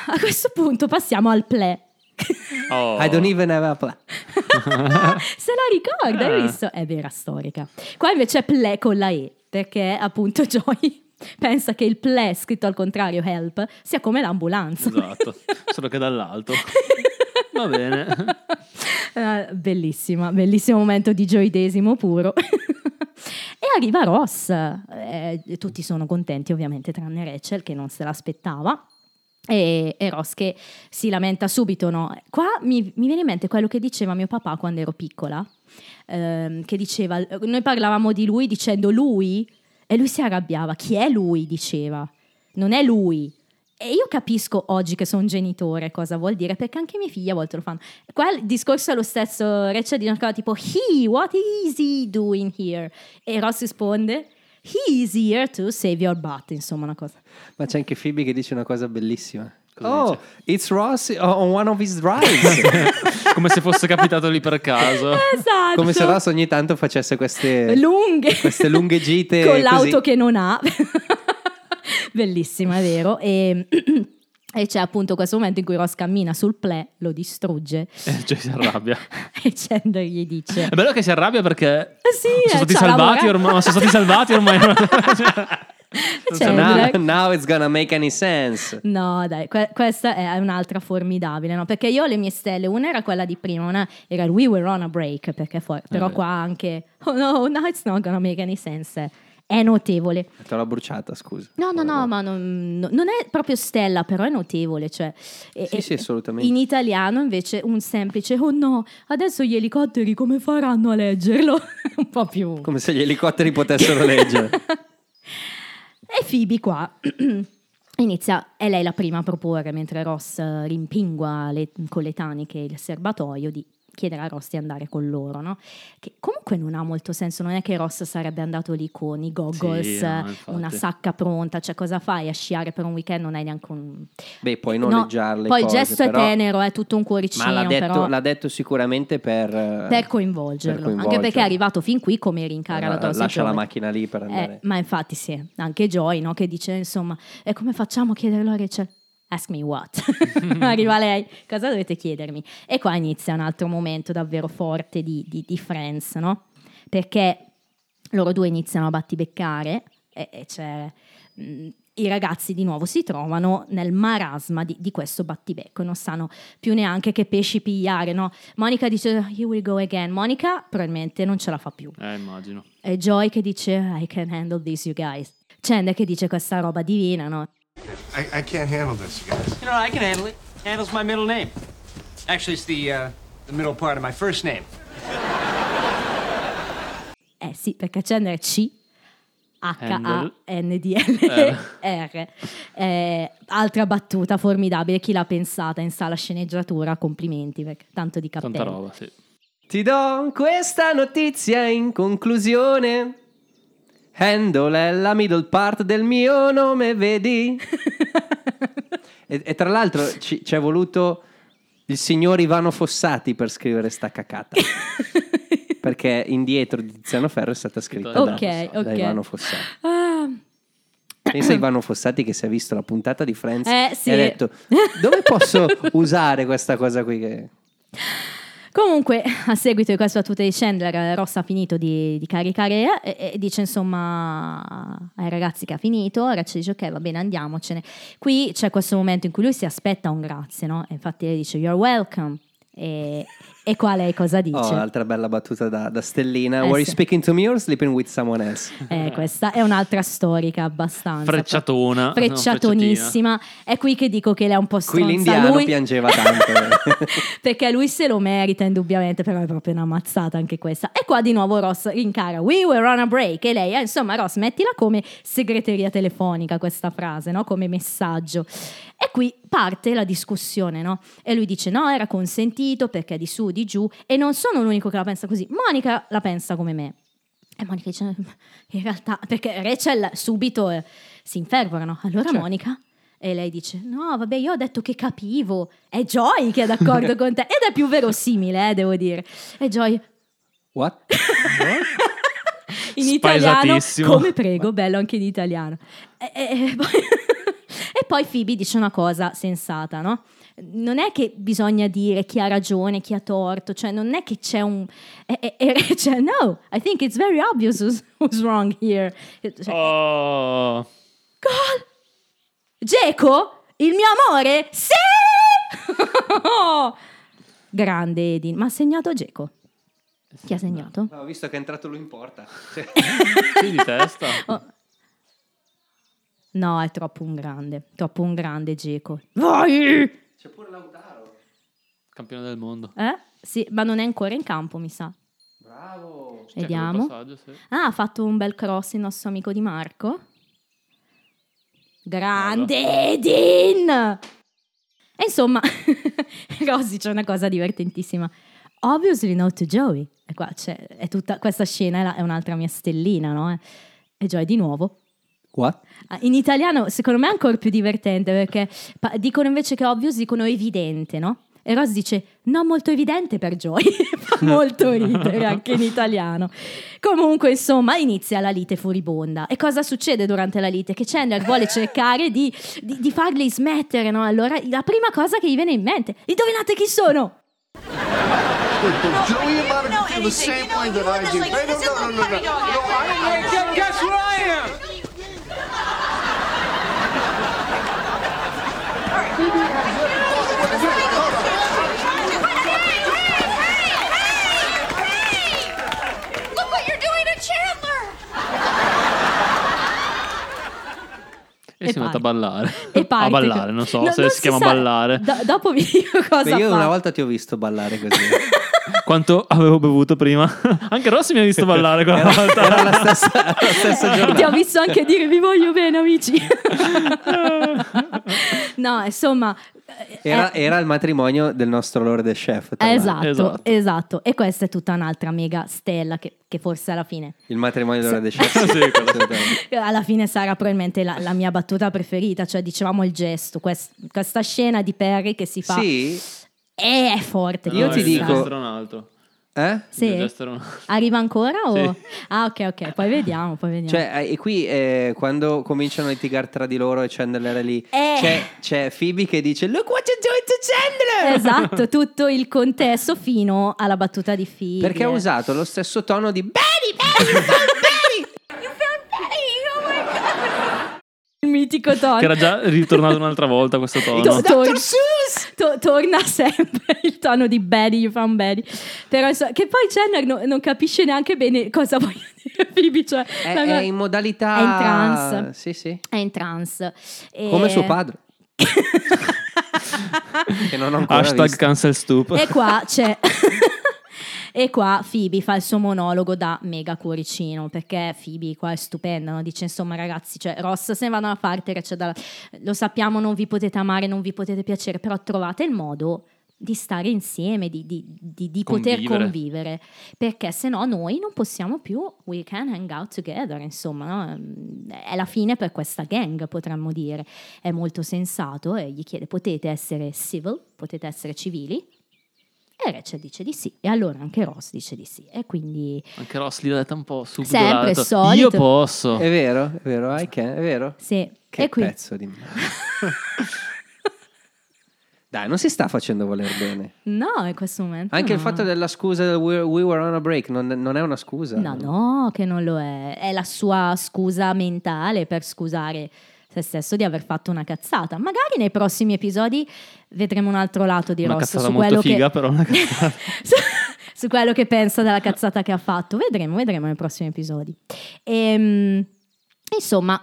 S2: A questo punto passiamo al ple.
S3: Oh.
S1: I don't even have a plan.
S2: Se la ricorda, hai
S3: Ah.
S2: visto? È vera storica. Qua invece è ple con la E, perché appunto Joy pensa che il ple scritto al contrario, help, sia come l'ambulanza.
S3: Esatto, solo che dall'alto. Va bene.
S2: Eh, bellissima, bellissimo momento di gioidesimo puro. e arriva Ross, eh, tutti sono contenti ovviamente tranne Rachel che non se l'aspettava. E, e Ross che si lamenta subito, no? Qua mi, mi viene in mente quello che diceva mio papà quando ero piccola, ehm, che diceva, noi parlavamo di lui dicendo lui e lui si arrabbiava, chi è lui diceva, non è lui. E io capisco oggi che sono un genitore cosa vuol dire, perché anche i miei figli a volte lo fanno. Qua il discorso è lo stesso, Rachel dice una cosa tipo He, what is he doing here? E Ross risponde He is here to save your butt, insomma una cosa.
S1: Ma c'è anche Phoebe che dice una cosa bellissima.
S3: Cosa
S1: oh, it's Ross oh, on one of his drives.
S3: Come se fosse capitato lì per caso.
S2: Esatto.
S1: Come se Ross ogni tanto facesse queste
S2: lunghe,
S1: queste lunghe gite
S2: con
S1: così.
S2: l'auto che non ha. Bellissima, è vero. E, e c'è appunto questo momento in cui Ross cammina sul ple, lo distrugge
S3: Eh, Cioè, si arrabbia.
S2: e Chandler gli dice:
S3: È bello che si arrabbia perché
S2: Eh sì, eh,
S3: sono stati
S2: ciao,
S3: salvati
S2: lavora.
S3: ormai. Sono stati salvati ormai.
S1: Now,
S2: Chandler,
S1: now it's gonna make any sense.
S2: No, dai, que- questa è un'altra formidabile, no? Perché io ho le mie stelle, una era quella di prima, una era il We Were on a Break, perché fu- però
S1: Eh.
S3: beh.
S2: qua anche Oh no, no, it's not gonna make any sense. È notevole.
S1: Te l'ho bruciata, scusa.
S2: No, no, no, ma non, no- non è proprio stella, però è notevole. Cioè, e-
S1: Sì,
S2: e-
S1: sì, assolutamente.
S2: In italiano invece un semplice oh no, adesso gli elicotteri come faranno a leggerlo? un po' più...
S1: Come se gli elicotteri potessero leggere.
S2: E Phoebe qua inizia, è lei la prima a proporre, mentre Ross eh, rimpingua le- con le taniche il serbatoio di chiedere a Ross di andare con loro, no? Che comunque non ha molto senso, non è che Ross sarebbe andato lì con i goggles,
S3: Sì, no, infatti.
S2: una sacca pronta, cioè cosa fai a sciare per un weekend? Non hai neanche un...
S1: Beh, puoi
S2: No,
S1: noleggiarle.
S2: Poi
S1: cose,
S2: il gesto
S1: però-
S2: è tenero, è tutto un cuoricino,
S1: Ma l'ha detto,
S2: però...
S1: l'ha detto sicuramente per, eh,
S2: Per coinvolgerlo.
S1: per
S2: anche
S1: coinvolgerlo.
S2: perché è arrivato fin qui come rincara la
S1: La-
S2: dose
S1: lascia la
S2: giovane.
S1: macchina lì per andare.
S2: Eh, ma infatti sì, anche Joy no, che dice insomma, e come facciamo a chiederlo a Rachel? Ask me what? Arriva lei, cosa dovete chiedermi? E qua inizia un altro momento davvero forte di, di, di Friends, no? Perché loro due iniziano a battibeccare e, e c'è, mh, i ragazzi di nuovo si trovano nel marasma di, di questo battibecco, non sanno più neanche che pesci pigliare, no? Monica dice, you will go again. Monica probabilmente non ce la fa più.
S3: Eh, immagino.
S2: E Joy che dice I can handle this you guys. Chandler che dice questa roba divina, no?
S6: I, I can't handle this, you guys.
S7: You know, I can handle it. Handles my middle name. Actually, it's the uh, the middle part of my first name.
S2: Eh sì, perché Chandler è C H-A-N-D-L-R. Eh, altra battuta formidabile, chi l'ha pensata in sala sceneggiatura, complimenti, perché tanto di cappello.
S3: Tanta roba, sì.
S1: Ti do questa notizia in conclusione. Handle è la middle part del mio nome, vedi? e, e tra l'altro ci, ci è voluto il signor Ivano Fossati per scrivere sta cacata. Perché indietro di Tiziano Ferro è stata scritta da, da
S2: Ok, ok.
S1: Ivano Fossati.
S2: Ah,
S1: Pensa a Ivano Fossati che si è visto la puntata di Friends
S2: Eh, sì.
S1: e ha detto dove posso usare questa cosa qui che...
S2: Comunque, a seguito di questa battuta di Chandler, eh, Ross ha finito di, di caricare e, e dice insomma ai ragazzi che ha finito, Rachel dice ok va bene andiamocene. Qui c'è questo momento in cui lui si aspetta un grazie, no? E infatti lei dice you're welcome. E, E qua lei cosa dice?
S1: Oh, altra bella battuta da, da Stellina.
S2: Eh,
S1: Were you
S2: sì.
S1: speaking to me or sleeping with someone else?
S2: Eh, questa è un'altra storica abbastanza.
S3: Frecciatona. no,
S2: Frecciatonissima. È qui che dico che lei è un po'
S1: Qui
S2: stronza.
S1: l'indiano
S2: lui...
S1: piangeva tanto.
S2: Perché lui se lo merita indubbiamente, però è proprio una mazzata anche questa. E qua di nuovo Ross rincara We were on a break e lei, eh, insomma Ross mettila come segreteria telefonica questa frase, no? come messaggio. E qui parte la discussione, no? E lui dice no, era consentito perché di su, di giù e non sono l'unico che la pensa così. Monica la pensa come me. E Monica Eh, dice "Mm, in realtà perché Rachel subito eh, si infervorano. Allora Monica e lei dice: No, vabbè, io ho detto che capivo. È Joy che è d'accordo con te. Ed è più verosimile, eh, devo dire. E Joy
S1: What?
S2: in italiano.
S3: Spaesatissimo.
S2: Come prego, bello anche in italiano. E, e- e poi, e poi Phoebe dice una cosa sensata, no? Non è che bisogna dire chi ha ragione, chi ha torto, cioè non è che c'è un... E, e, e Rachel, no, I think it's very obvious who's, who's wrong here. Cioè,
S3: Oh,
S2: Gol! Geco, il mio amore? Sì! Grande Edin, ma ha segnato Geco. Chi ha segnato?
S1: ho visto che è entrato lui in porta. Cioè,
S3: sì, di testa.
S2: Oh. No, è troppo un grande, troppo un grande Geco. Vai!
S1: C'è pure Lautaro.
S3: Campione del mondo.
S2: Eh? Sì, ma non è ancora in campo, mi sa.
S1: Bravo.
S3: Cioè,
S2: Vediamo.
S3: C'è anche quel passaggio, sì.
S2: Ah, ha fatto un bel cross il nostro amico Di Marco. Grande Edin! E insomma, Rosy c'è una cosa divertentissima. Obviously not to Joey. E qua c'è, è tutta, questa scena è, la- è un'altra mia stellina, no? eh? E Joey di nuovo.
S1: What?
S2: Ah, In italiano, secondo me, è ancora più divertente perché pa- dicono invece che obvious, dicono evidente, no? E Ross dice no, molto evidente per Joy. Fa molto ridere anche in italiano. Comunque, insomma, inizia la lite furibonda. E cosa succede durante la lite? Che Chandler vuole cercare di, di- di farli smettere, no? Allora, la prima cosa che gli viene in mente, indovinate chi sono?
S6: Wait, both Joey
S5: you
S6: and Monica
S5: know
S6: feel the
S5: anything.
S6: same
S5: You know-
S6: way
S5: you
S6: that
S5: know
S6: I
S5: this,
S6: do.
S5: like,
S6: Hey, no,
S5: this
S6: no,
S5: is
S6: no,
S5: a
S6: no, no.
S5: puppy dog.
S6: No, I don't like
S7: Guess, guess what I am?
S5: Look what you're doing to Chandler!
S3: E, si è andata
S2: parte.
S3: a ballare.
S2: E parte.
S3: A ballare, non so
S2: No,
S3: se
S2: non
S3: si, chiama
S2: sa.
S3: ballare.
S2: Do- dopo vi dico cosa
S1: Beh, io
S2: fa.
S1: una volta ti ho visto ballare così.
S3: Quanto avevo bevuto prima. Anche Rossi mi ha visto ballare quella volta.
S1: Era la stessa, la stessa
S2: E ti
S1: giornata.
S2: ho visto anche dire vi voglio bene amici no insomma
S1: Era,
S2: eh,
S1: era il matrimonio del nostro Lord e Chef. tra l'altro.
S2: esatto, esatto
S3: Esatto.
S2: e questa è tutta un'altra mega stella che, che forse alla fine
S1: Il matrimonio del Lord e Chef.
S3: Sì, quello
S1: Assolutamente.
S2: alla fine sarà probabilmente la, la mia battuta preferita cioè dicevamo il gesto quest- questa scena di Perry che si fa
S1: Sì?
S2: Eh, è forte
S1: Io
S3: No,
S1: ti
S3: il
S1: dico-
S3: gesto era un altro.
S1: Eh?
S2: Sì?
S3: Il gesto era un altro.
S2: arriva ancora o...
S3: Sì.
S2: ah ok ok poi vediamo poi vediamo
S1: Cioè, eh, e qui eh, quando cominciano a litigare tra di loro e Chandler è lì,
S2: Eh.
S1: c'è, c'è Phoebe che dice Look what you're doing to Chandler!
S2: Esatto, tutto il contesto fino alla battuta di Phoebe.
S1: Perché ha
S2: Eh.
S1: usato lo stesso tono di Betty, Betty, you found Betty!
S2: il mitico tono.
S3: Che era già ritornato un'altra volta questo tono.
S2: To- tor- to- torna sempre il tono di Betty, you found Betty. Però, insomma, che poi Chandler no- non capisce neanche bene cosa voglia dire Phoebe, cioè,
S1: È,
S2: la-
S1: è in modalità...
S2: È in trance.
S1: Sì, sì.
S2: è in trance. E-
S1: Come suo padre. che non ho ancora
S3: Hashtag
S1: visto.
S3: cancel stoop.
S2: E qua c'è. E qua Phoebe fa il suo monologo da mega cuoricino perché Phoebe qua è stupenda, no? dice insomma ragazzi, cioè Ross se ne va da una parte, Rachel dalla- lo sappiamo non vi potete amare, non vi potete piacere, però trovate il modo di stare insieme, di, di- di- di poter
S3: Convivere.
S2: convivere, perché se no noi non possiamo più, we can hang out together, insomma, no? è la fine per questa gang potremmo dire, è molto sensato e gli chiede potete essere civil, potete essere civili, e Rachel dice di sì. E allora anche Ross dice di sì. E quindi
S3: Anche Ross l'ha detta un po' subito.
S2: Sempre,
S3: l'ha detto,
S2: solito.
S3: Io posso.
S1: È vero, è vero, I can, è vero.
S2: sì.
S1: Che
S2: e qui
S1: pezzo di merda. Dai, non si sta facendo voler bene.
S2: No, in questo momento.
S1: Anche
S2: no.
S1: il fatto della scusa del we, we were on a break non, non è una scusa.
S2: No, no, che non lo è. È la sua scusa mentale per scusare se stesso di aver fatto una cazzata. Magari nei prossimi episodi vedremo un altro lato di
S3: Una
S2: Ross
S3: cazzata
S2: su
S3: molto
S2: quello
S3: figa,
S2: che
S3: però una cazzata.
S2: su, su quello che pensa della cazzata che ha fatto. Vedremo, vedremo nei prossimi episodi. Ehm, insomma,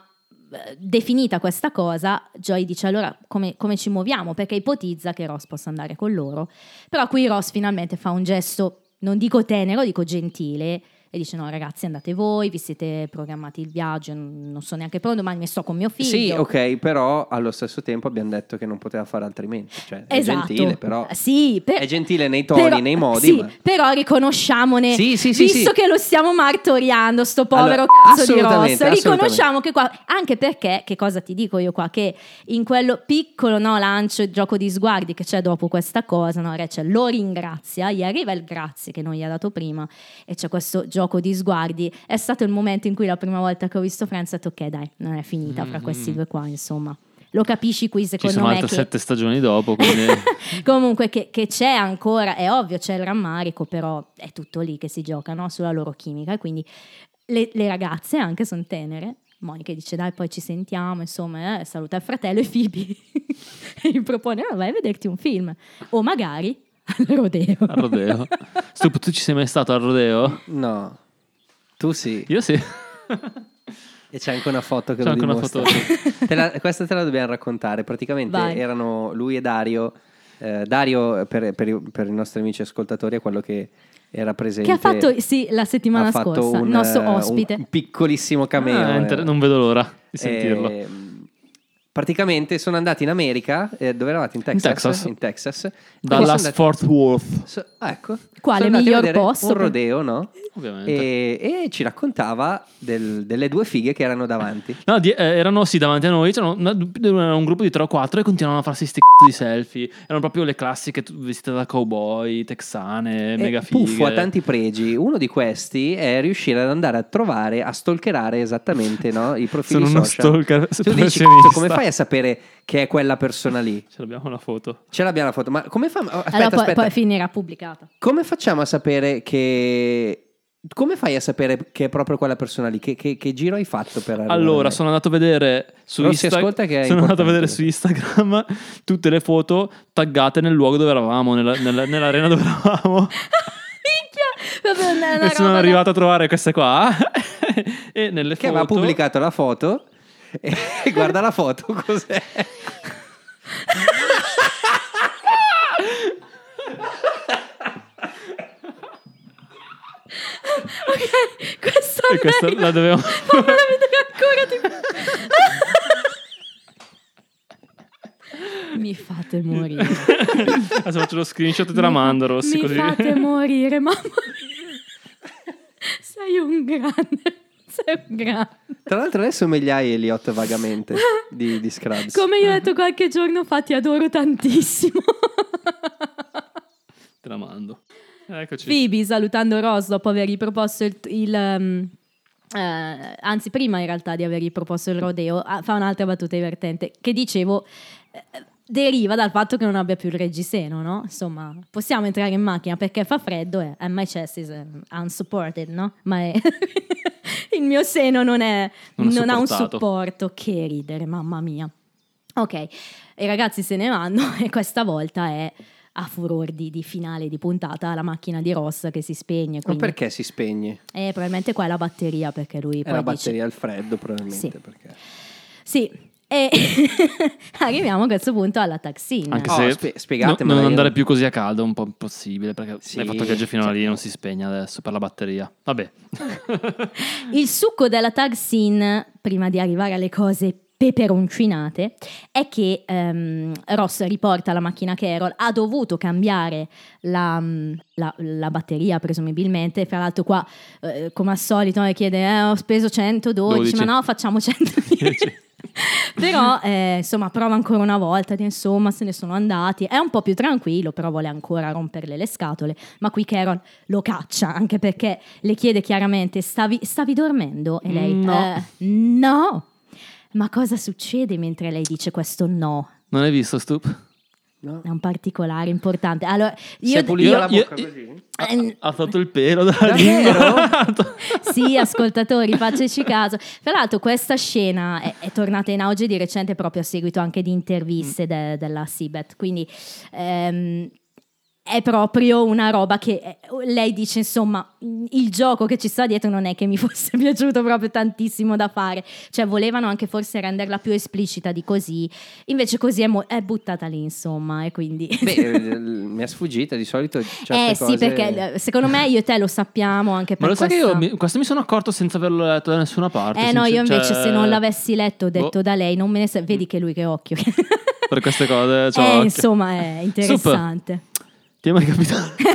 S2: eh, definita questa cosa, Joy dice allora come, come ci muoviamo? Perché ipotizza che Ross possa andare con loro. Però qui Ross finalmente fa un gesto, non dico tenero, dico gentile. E dice: No, ragazzi, andate voi, vi siete programmati il viaggio. Non non so neanche pronto, ma mi sto con mio figlio.
S1: Sì, ok, però allo stesso tempo abbiamo detto che non poteva fare altrimenti. Cioè,
S2: Esatto.
S1: è gentile, però.
S2: Sì, per-
S1: È gentile nei toni,
S2: però-
S1: nei modi.
S2: Sì,
S1: ma-
S2: però riconosciamone,
S1: Sì, sì, sì,
S2: visto
S1: sì.
S2: che lo stiamo martoriando, sto povero
S1: Allora,
S2: cazzo di Ross,
S1: assolutamente,
S2: riconosciamo che qua, anche perché, che cosa ti dico io qua, che in quello piccolo no, lancio e gioco di sguardi che c'è dopo questa cosa, no, Rachel lo ringrazia, gli arriva il grazie che non gli ha dato prima e c'è questo gioco di sguardi, è stato il momento in cui la prima volta che ho visto Friends ho detto ok dai, non è finita fra
S1: Mm-hmm.
S2: questi due qua, insomma. Lo capisci qui
S3: Ci
S2: secondo
S3: sono
S2: me
S3: altre
S2: che
S3: sette stagioni dopo, quindi
S2: Comunque che, che c'è ancora, è ovvio, c'è il rammarico, però è tutto lì che si gioca, no? sulla loro chimica. E Quindi le, le ragazze anche sono tenere. Monica dice dai poi ci sentiamo, insomma, eh, saluta il fratello e Phoebe. e gli propone "Oh, vai a vederti un film. O magari al rodeo.
S3: al rodeo. Stup, tu ci sei mai stato al rodeo?
S1: No. Tu sì.
S3: Io sì.
S1: E c'è anche una foto che
S3: C'è
S1: lo
S3: anche una
S1: dimostra. Te la- questa te la dobbiamo raccontare. Praticamente
S2: Vai.
S1: erano lui e Dario. eh, Dario, per, per i- per i nostri amici ascoltatori, è quello che era presente.
S2: Che ha fatto sì, la settimana
S1: ha fatto
S2: scorsa, il
S1: un,
S2: nostro
S1: eh,
S2: ospite.
S1: Un piccolissimo cameo.
S3: Ah, inter- non vedo l'ora di
S1: Eh,
S3: sentirlo.
S1: Praticamente sono andati in America, eh, dove eravate? In Texas?
S3: Texas.
S1: In Texas. Quindi sono
S3: Dalla
S1: andati-
S3: Fort Worth,
S1: So- ah, ecco.
S2: Quale
S1: Sono andati a
S2: miglior
S1: vedere
S2: posto
S1: Un
S2: per-
S1: rodeo, no?
S3: ovviamente.
S1: E, e ci raccontava del- delle due fighe che erano davanti.
S3: No, di- eh, erano sì davanti a noi, c'erano una- era un gruppo di 3 o 4 e continuavano a farsi sti c***o di selfie. Erano proprio le classiche tu- vestite da cowboy, texane,
S2: Eh,
S1: E
S3: mega fighe.
S1: Puffo ha tanti pregi. Uno di questi è riuscire ad andare a trovare, a stalkerare esattamente no, i profili
S3: Sono uno
S1: social. tu
S3: stalker
S1: dici,
S3: professionista.
S1: "Cazzo, come fai a sapere che è quella persona lì?
S3: Ce l'abbiamo la foto.
S1: Ce l'abbiamo la foto, ma come fa- oh, aspetta,
S2: allora poi,
S1: aspetta.
S2: poi finirà pubblicata.
S1: Come facciamo a sapere che... Come fai a sapere che è proprio quella persona lì? Che, che- che giro hai fatto per arrivare
S3: Allora,
S1: lì?
S3: sono andato a vedere su
S1: Rossi,
S3: Instagram.
S1: ascolta che è
S3: sono andato a
S1: importante.
S3: vedere su Instagram tutte le foto taggate nel luogo dove eravamo, nella- nella- nell'arena dove eravamo.
S2: Minchia! Vabbè, non è una
S3: e sono
S2: roba da-
S3: arrivato a trovare queste qua. e nelle
S1: Che
S3: foto
S1: aveva pubblicato la foto e e guarda la foto cos'è?
S2: Ok, questa
S3: E questa
S2: è meglio.
S3: la dovevamo-
S2: Fammela vedere ancora. tipo. Mi fate morire.
S3: Adesso faccio lo screenshot e te la mando, Rossi.
S2: Mi
S3: così.
S2: fate morire, mamma. Sei un grande. Sei un grande.
S1: Tra l'altro lei somiglia a Elliot vagamente di, di Scrubs.
S2: Come io ho detto qualche giorno fa, ti adoro tantissimo.
S3: Te la mando. Eccoci.
S2: Phoebe salutando Ross dopo avergli proposto il, il, um, eh, anzi prima in realtà di avergli proposto il rodeo ah, fa un'altra battuta divertente che dicevo eh, deriva dal fatto che non abbia più il reggiseno no? insomma possiamo entrare in macchina perché fa freddo e and my chest is eh, unsupported no? ma è- il mio seno non, è,
S3: Non è
S2: non ha un
S3: supportato.
S2: supporto che ridere mamma mia ok i ragazzi se ne vanno e questa volta è a furor di, di finale di puntata la macchina di Ross che si spegne.
S1: Ma
S2: Quindi,
S1: perché si spegne?
S2: Eh, probabilmente qua è la batteria perché
S1: È
S2: lui poi
S1: la
S2: dice-
S1: batteria al freddo probabilmente.
S2: Sì.
S1: Perché...
S2: Sì. E arriviamo a questo punto alla taxina.
S3: Anche
S1: Oh,
S3: se
S1: spie- spiegatemela,
S3: no- non
S1: io-
S3: andare più così a caldo è un po' impossibile perché
S1: Sì,
S3: hai fatto il viaggio fino a
S1: cioè-
S3: lì non si spegne adesso per la batteria. Vabbè,
S2: Il succo della tag scene, prima di arrivare alle cose peperoncinate, è che ehm, Ross riporta la macchina Carol, ha dovuto cambiare la, mm, la- la batteria presumibilmente, fra l'altro qua eh, come al solito eh, chiede "Eh, ho speso 112,
S3: 12.
S2: ma no facciamo 110. però eh, insomma prova ancora una volta, di, insomma se ne sono andati, è un po' più tranquillo, però vuole ancora romperle le scatole, ma qui Carol lo caccia, anche perché le chiede chiaramente stavi, stavi dormendo e lei
S3: No.
S2: "Eh, no. Ma cosa succede mentre lei dice questo no?
S3: non hai visto Stup?
S1: No?
S2: È un particolare importante. Allora,
S1: Si
S2: io,
S1: è pulita
S2: io-
S1: la
S3: io-
S1: bocca
S3: io-
S1: così?
S2: eh,
S3: Ah, Ha fatto il pelo dalla
S1: Davvero?
S3: lingua.
S2: sì, ascoltatori, fateci caso. Tra l'altro, questa scena è, è tornata in auge di recente proprio a seguito anche di interviste
S3: Mm.
S2: de- della Sibet. Quindi ehm, è proprio una roba che eh, lei dice: insomma, mh, il gioco che ci sta dietro non è che mi fosse piaciuto proprio tantissimo da fare. Cioè, volevano anche forse renderla più esplicita di così. Invece, così è, mo- è buttata lì, insomma, e quindi.
S1: Beh, eh, mi è sfuggita di solito. certe
S2: eh sì,
S1: cose-
S2: perché eh, secondo me io e te lo sappiamo anche per
S3: Ma lo sai che
S2: questa-
S3: io mi- questo mi sono accorto senza averlo letto da nessuna parte.
S2: Eh no,
S3: sincer-
S2: io invece
S3: cioè-
S2: se non l'avessi letto ho detto
S3: Boh.
S2: da lei, non me ne sa- vedi che lui che occhio.
S3: Per queste cose,
S2: eh,
S3: cioè, ok.
S2: insomma, è interessante.
S3: Ti è mai capitato?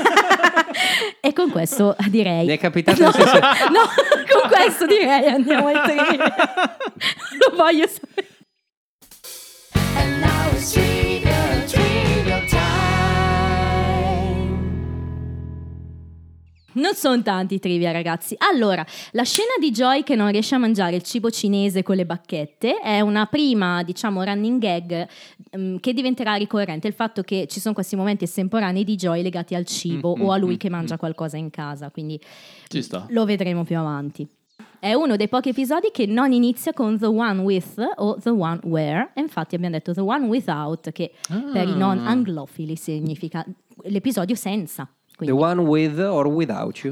S2: E con questo direi
S1: Mi è capitato nel senso-
S2: No, con questo direi Eh, andiamo ai trigger. Lo voglio sapere. Non sono tanti i trivia, ragazzi. Allora, la scena di Joy che non riesce a mangiare il cibo cinese con le bacchette è una prima, diciamo, running gag ehm, che diventerà ricorrente. Il fatto che ci sono questi momenti estemporanei di Joy legati al cibo
S3: Mm,
S2: o a
S3: mm,
S2: lui
S3: mm,
S2: che
S3: mm.
S2: mangia qualcosa in casa. Quindi
S3: Ci sta.
S2: lo vedremo più avanti. È uno dei pochi episodi che non inizia con The One With o The One Where, e infatti abbiamo detto The One Without, che per i non anglofili significa l'episodio senza.
S1: The
S2: Quindi
S1: one with or without you.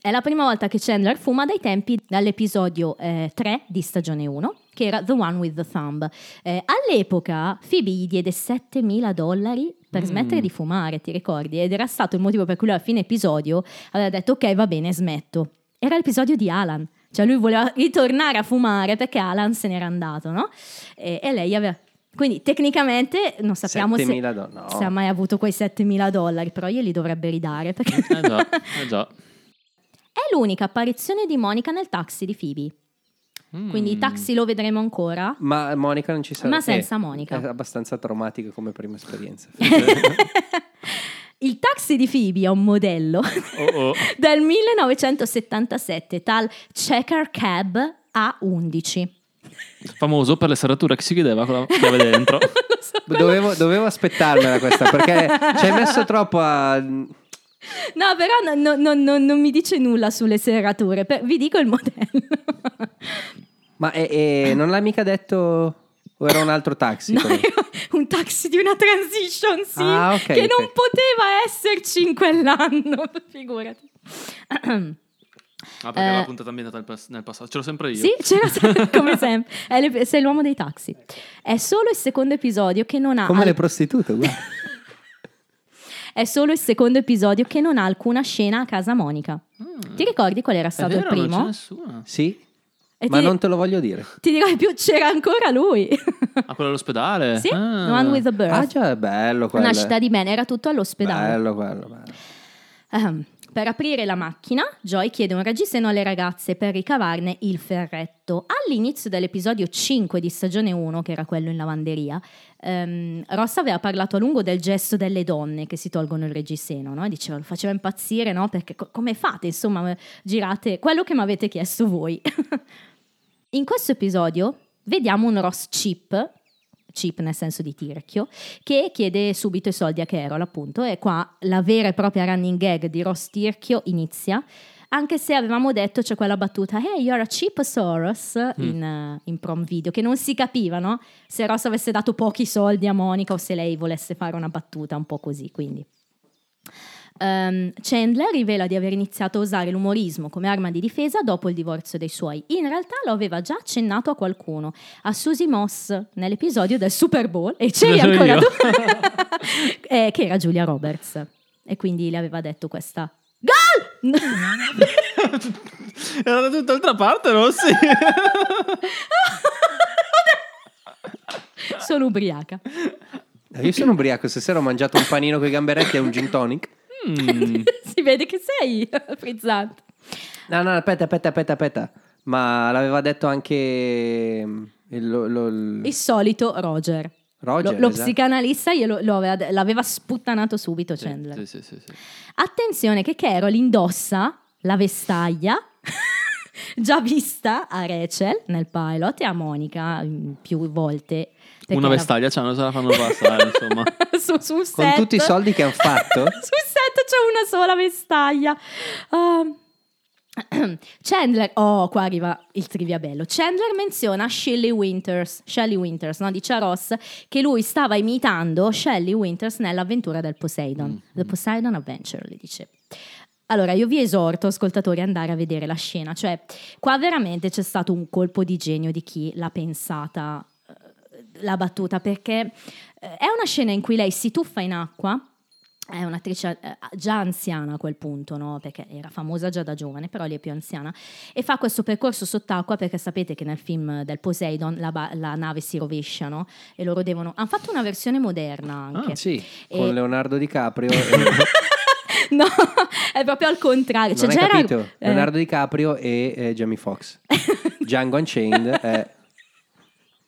S2: è la prima volta che Chandler fuma dai tempi dall'episodio eh, 3 di stagione 1, che era The One with the Thumb. Eh, all'epoca Phoebe gli diede 7.000 dollari
S3: Mm.
S2: per smettere di fumare, ti ricordi? Ed era stato il motivo per cui lui a fine episodio aveva detto ok va bene smetto. Era l'episodio di Alan. Cioè lui voleva ritornare a fumare perché Alan se n'era andato, no? E, e lei aveva... Quindi tecnicamente non sappiamo se,
S1: 7.000 do- no.
S2: se ha mai avuto quei 7.000 dollari, però glieli dovrebbe ridare perché...
S3: Eh già, eh già.
S2: È l'unica apparizione di Monica nel taxi di Phoebe.
S3: Mm.
S2: Quindi i taxi lo vedremo ancora.
S1: Ma Monica non ci sarà.
S2: Ma senza Monica.
S1: È abbastanza traumatica come prima esperienza.
S3: Eh.
S2: Il taxi di Phoebe è un modello
S3: Oh, oh.
S2: del 1977, tal Checker Cab A11.
S3: Famoso per le serrature che si chiedeva con la chiave dentro.
S1: dovevo, dovevo aspettarmela questa perché ci hai messo troppo a. Beh,
S2: No, però no- no- no- no- non mi dice nulla sulle serrature, per- vi dico il modello.
S1: Ma è- è- non l'hai mica detto. O era un altro taxi?
S2: No,
S1: quello?
S2: era un taxi di una transition, sì,
S1: Ah, ok,
S2: che non
S1: ok.
S2: poteva esserci in quell'anno, figurati.
S3: Ah,
S2: Eh.
S3: perché l'ha puntata ambientata al pas- nel passato. Ce l'ho sempre io.
S2: Sì, c'era sempre, come sempre. È le- sei l'uomo dei taxi. È solo il secondo episodio che non ha.
S1: Come
S2: al-
S1: le prostitute, guarda.
S2: è solo il secondo episodio che non ha alcuna scena a casa Monica.
S1: Mm.
S2: Ti ricordi qual era
S3: È
S2: stato
S3: vero,
S2: il
S3: non c'è
S2: primo?
S3: nessuna.
S1: Sì,
S2: E
S1: ma
S2: ti,
S1: non te lo voglio dire.
S2: ti dirò di più, c'era ancora lui.
S3: Ah, quello all'ospedale?
S2: sì,
S3: Ah.
S2: One with a
S1: Ah,
S2: Bird.
S1: già, è bello quello.
S2: Una città di bene, era tutto all'ospedale.
S1: Bello quello. bello.
S2: Ahem. Ehm, Per aprire la macchina, Joy chiede un reggiseno alle ragazze per ricavarne il ferretto. All'inizio dell'episodio 5 di stagione 1, che era quello in lavanderia, ehm, Ross aveva parlato a lungo del gesto delle donne che si tolgono il reggiseno, no? E diceva, lo faceva impazzire, no? Perché co- come fate, insomma, girate quello che mi avete chiesto voi. in questo episodio vediamo un Ross chip, chip nel senso di tirchio, che chiede subito i soldi a Carol, appunto, e qua la vera e propria running gag di Ross Tirchio inizia. Anche se avevamo detto c'è quella battuta Hey, you're a cheap Soros in, eh, in prom video, che non si capiva, no? Se Ross avesse dato pochi soldi a Monica o se lei volesse fare una battuta un po' così, quindi. Ehm, Chandler rivela di aver iniziato a usare l'umorismo come arma di difesa dopo il divorzio dei suoi. In realtà lo aveva già accennato a qualcuno, a Susie Moss nell'episodio del Super Bowl e c'eri
S3: Sono
S2: ancora
S3: io.
S2: tu, Eh, che era Giulia Roberts. E quindi le aveva detto questa. Gol!
S3: Era da tutt'altra parte, Rossi.
S2: Sono ubriaca.
S1: Io sono ubriaco, stasera ho mangiato un panino con i gamberetti e un gin tonic.
S3: Mm.
S2: si vede che sei frizzante.
S1: No, no, aspetta, aspetta, aspetta, aspetta. Ma l'aveva detto anche mm, il, lo- lo- il-
S2: Il solito Roger.
S1: Roger,
S2: lo, lo
S1: esatto.
S2: psicanalista glielo- lo aveva de- l'aveva sputtanato subito Chandler.
S3: Sì, sì, sì, sì.
S2: Attenzione che Carol indossa la vestaglia già vista a Rachel nel pilot e a Monica mm, più volte. perché
S3: Una
S2: la-
S3: vestaglia c'hanno, se la fanno passare, insomma.
S2: su, su un
S1: Con
S2: set.
S1: tutti i soldi che han fatto?
S2: Sul set c'è una sola vestaglia. Ah. Chandler, oh, qua arriva il trivia bello. Chandler menziona Shelley Winters, Shelley Winters, no, dice a Ross che lui stava imitando Shelley Winters nell'avventura del Poseidon,
S1: Mm-hmm.
S2: The Poseidon Adventure, le dice. Allora, io vi esorto, ascoltatori, ad andare a vedere la scena, cioè qua veramente c'è stato un colpo di genio di chi l'ha pensata eh, la battuta, perché eh, è una scena in cui lei si tuffa in acqua è un'attrice eh, già anziana a quel punto, no? perché era famosa già da giovane, però lì è più anziana, e fa questo percorso sott'acqua perché sapete che nel film del Poseidon la, ba- la nave si rovescia no? e loro devono... Hanno fatto una versione moderna anche.
S1: Ah, sì,
S2: E-
S1: con Leonardo DiCaprio. e-
S2: No, è proprio al contrario.
S1: non
S2: Cioè,
S1: hai
S2: Gerard-
S1: capito?
S2: eh,
S1: Leonardo DiCaprio e eh, Jamie Foxx. Django Unchained eh, è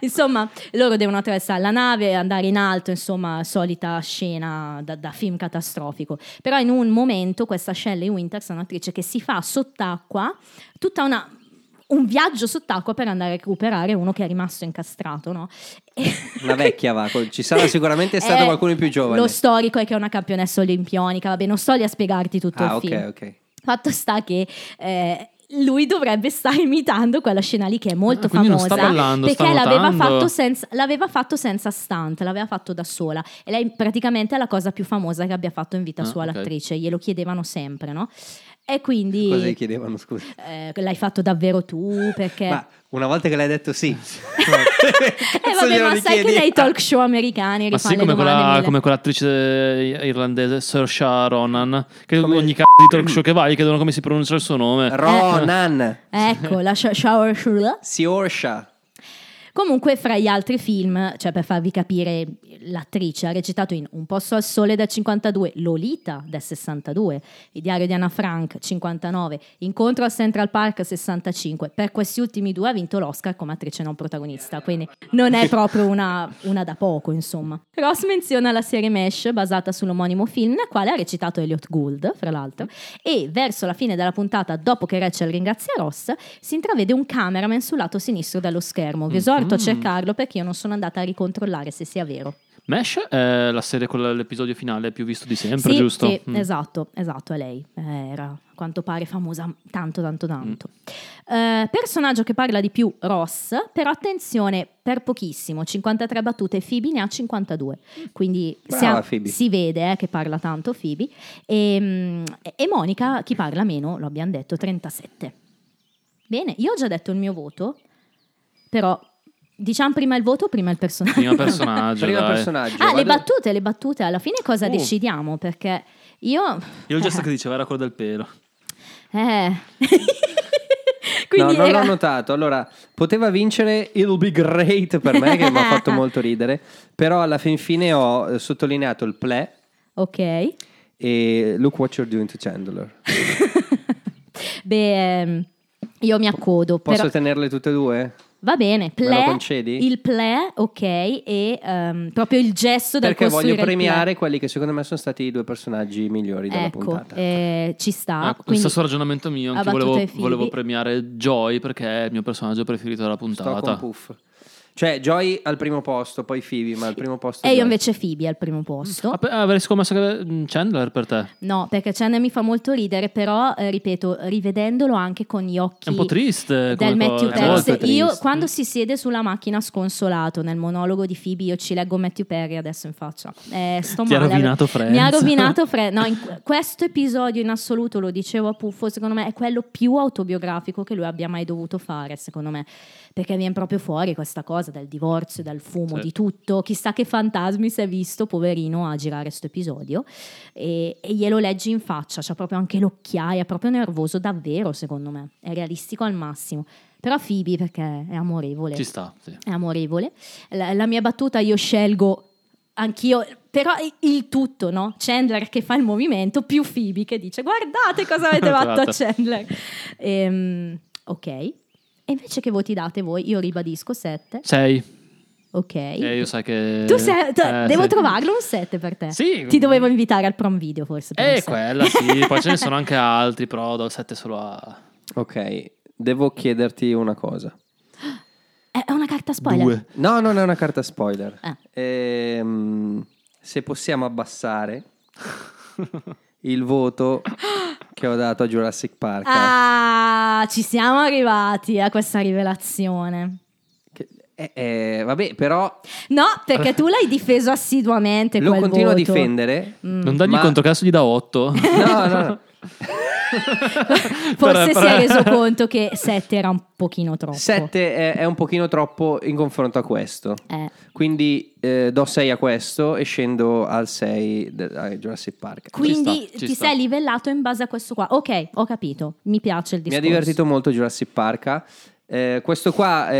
S2: Insomma, loro devono attraversare la nave, andare in alto, insomma, solita scena da, da film catastrofico. Però in un momento questa Shelley Winters è un'attrice che si fa sott'acqua tutta una- un viaggio sott'acqua per andare a recuperare uno che è rimasto incastrato, no? E-
S1: una vecchia, va. col- Ci sarà sicuramente stato
S2: Eh,
S1: qualcuno più giovane.
S2: Lo storico è che è una campionessa olimpionica, vabbè, non sto lì a spiegarti tutto
S1: ah,
S2: il film.
S1: ok, ok.
S2: Fatto sta che eh, lui dovrebbe stare imitando quella scena lì che è molto
S3: Ah, quindi non
S2: famosa
S3: sta ballando,
S2: perché
S3: sta
S2: l'aveva,
S3: nuotando.
S2: fatto senza, l'aveva fatto senza stunt, l'aveva fatto da sola e lei praticamente è la cosa più famosa che abbia fatto in vita
S3: Ah,
S2: sua
S3: ok.
S2: l'attrice, glielo chiedevano sempre, no? E quindi
S1: Cosa gli chiedevano, scusa?
S2: eh, l'hai fatto davvero tu perché
S1: Ma una volta che l'hai detto sì.
S2: Eh, vabbè, ma sai che nei talk show americani
S3: Ma
S2: rifanno
S3: sì,
S2: le
S3: come,
S2: domande
S3: quella,
S2: mille.
S3: come quell'attrice irlandese, Saoirse Ronan, che
S1: Come-
S3: ogni cazzo di talk show che vai gli chiedono come si pronuncia il suo nome.
S1: Ronan,
S2: Ecco, la sho- shower shower-
S1: Siosha.
S2: Comunque, fra gli altri film, cioè per farvi capire, l'attrice ha recitato in Un posto al sole del 52, Lolita del 62, Il diario di Anna Frank 59, Incontro al Central Park 65. Per questi ultimi due ha vinto l'Oscar come attrice non protagonista, quindi non è proprio una, una da poco, insomma. Ross menziona la serie Mesh basata sull'omonimo film, nel quale ha recitato Elliot Gould, fra l'altro, e verso la fine della puntata, dopo che Rachel ringrazia Ross, si intravede un cameraman sul lato sinistro dello schermo. Vi esorto a cercarlo perché io non sono andata a ricontrollare se sia vero.
S3: Mesh è la serie con l'episodio finale più visto di sempre,
S2: sì,
S3: giusto?
S2: sì,
S3: Mm.
S2: esatto, esatto, è lei. Eh, Era a quanto pare famosa tanto, tanto, tanto. Eh, personaggio che parla di più, Ross, però attenzione, per pochissimo, 53 battute, Phoebe ne ha 52. Quindi
S1: Brava,
S2: siamo-
S1: Phoebe.
S2: si vede eh, che parla tanto Phoebe. E, mm, e Monica, chi parla meno, lo abbiamo detto, 37. Bene, io ho già detto il mio voto, però diciamo prima il voto o prima il personaggio?
S3: Prima personaggio.
S1: Prima
S3: dai.
S1: personaggio.
S2: Ah, le
S1: Vado-
S2: battute, le battute, alla fine cosa
S3: Uh.
S2: decidiamo? Perché io...
S3: Io il gesto che diceva era quello del pelo.
S2: Eh.
S1: No,
S2: Quindi
S1: non
S2: era-
S1: l'ho notato. Allora, poteva vincere It'll Be Great per me, che mi ha fatto molto ridere, però alla fin fine ho eh, sottolineato il ple
S2: Ok.
S1: e Look What You're Doing to Chandler.
S2: Beh, ehm, io mi accodo.
S1: Posso
S2: però-
S1: tenerle tutte e due?
S2: Va bene,
S1: lo
S2: ple,
S1: concedi?
S2: il ple, ok, e ehm, proprio il gesto del
S1: Perché voglio
S2: costruire il ple.
S1: premiare quelli che secondo me sono stati i due personaggi migliori della
S2: Ecco,
S1: puntata.
S2: eh, ci sta.
S3: Ah, lo
S2: quindi-
S3: stesso ragionamento mio, anche
S2: ha battuto
S3: volevo,
S2: i fili.
S3: volevo premiare Joy perché è il mio personaggio preferito della
S1: Sto
S3: puntata.
S1: con Puff. Cioè, Joy al primo posto, poi Phoebe, ma al primo posto.
S2: E io
S1: Joy.
S2: invece Phoebe al primo posto.
S3: Ah, pe- avrei scommesso che mm, Chandler per te.
S2: No, perché Chandler mi fa molto ridere, però eh, ripeto, rivedendolo anche con gli occhi
S3: È un po' triste come
S2: del Matthew
S3: cosa. È molto
S2: Perry. Io
S1: triste.
S2: quando si siede sulla macchina sconsolato nel monologo di Phoebe, io ci leggo Matthew Perry adesso in faccia. Eh, sto
S3: Ti ha
S2: male.
S3: rovinato Friends.
S2: Mi ha rovinato Friends. No, in- questo episodio in assoluto, lo dicevo a Puffo, secondo me è quello più autobiografico che lui abbia mai dovuto fare, secondo me. Perché viene proprio fuori questa cosa del divorzio, dal fumo,
S3: Sì.
S2: di tutto. Chissà che fantasmi si è visto, poverino, a girare questo episodio. E, e glielo leggi in faccia, c'ha proprio anche l'occhiaia, è proprio nervoso davvero, secondo me. È realistico al massimo. Però Phoebe, perché è amorevole
S3: Ci sta, sì.
S2: è amorevole. La, la mia battuta io scelgo anch'io, però i- il tutto, no? Chandler che fa il movimento, più Phoebe che dice guardate cosa avete fatto a
S3: Esatto.
S2: Chandler. Ehm, ok. E invece che voti date voi? Io ribadisco 7.
S3: Sei.
S2: Ok.
S3: E Eh, io sai che...
S2: Tu sei- te-
S3: Eh,
S2: devo
S3: sì.
S2: trovarlo un 7 per te.
S3: Sì.
S2: Ti dovevo invitare al prom video forse. per un
S3: Eh,
S2: set.
S3: quella sì, poi ce ne sono anche altri, però do il 7 solo a...
S1: Ok, devo chiederti una cosa.
S2: È è Eh, una carta spoiler.
S1: No, non è una carta spoiler.
S2: Ah.
S1: Ehm, se possiamo abbassare il voto che ho dato a Jurassic Park.
S2: Ah, ci siamo arrivati a questa rivelazione.
S1: Che- eh, eh, vabbè, però
S2: No, perché tu l'hai difeso assiduamente.
S1: lo
S2: quel
S1: continuo
S2: voto. Mm.
S1: a difendere.
S3: Non dagli
S1: Ma-
S3: conto che adesso gli dà 8.
S1: No, no, no.
S2: Forse
S3: Però-
S2: si è reso conto che 7 era un pochino troppo.
S1: 7 è, è un pochino troppo in confronto a questo.
S2: Eh.
S1: Quindi eh, do 6 a questo e scendo al 6 de- a Jurassic Park.
S2: Quindi
S3: sta, ci
S2: ti
S3: sta.
S2: sei livellato in base a questo qua. Ok, ho capito. Mi piace il
S1: Mi
S2: discorso.
S1: ha divertito molto Jurassic Park. Eh, questo qua eh,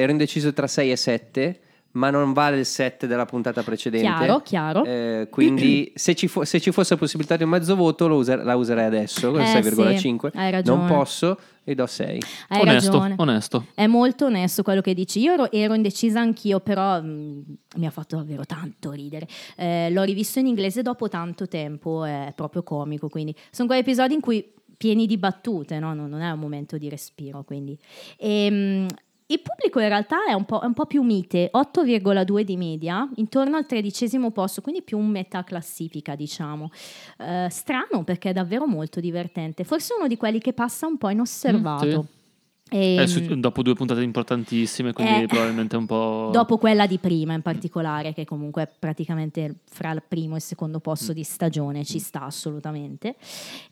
S1: ero indeciso tra 6 e 7, ma non vale il 7 della puntata precedente.
S2: Chiaro, chiaro.
S1: Eh, quindi se ci, fo- se ci fosse la possibilità di un mezzo voto lo user- la userei adesso, con
S2: Eh, sì,
S1: 6,5.
S2: hai ragione.
S1: non posso e do 6.
S2: Hai
S3: onesto,
S2: ragione.
S3: onesto.
S2: È molto onesto quello che dici. Io ero, ero indecisa anch'io, però mh, mi ha fatto davvero tanto ridere. Eh, l'ho rivisto in inglese dopo tanto tempo, è proprio comico. Quindi sono quegli episodi in cui pieni di battute, no? non, non è un momento di respiro. Quindi. Ehm, il pubblico in realtà è un po', è un po' più mite, 8,2 di media, intorno al tredicesimo posto, quindi più un metà classifica, diciamo. Eh, strano perché è davvero molto divertente. Forse uno di quelli che passa un po' inosservato.
S3: Mm,
S2: Ehm,
S3: Eh, su- dopo due puntate importantissime, quindi
S2: eh,
S3: probabilmente un po'...
S2: Dopo quella di prima in particolare, che comunque è praticamente fra il primo e il secondo
S3: Mm.
S2: posto di stagione ci sta assolutamente.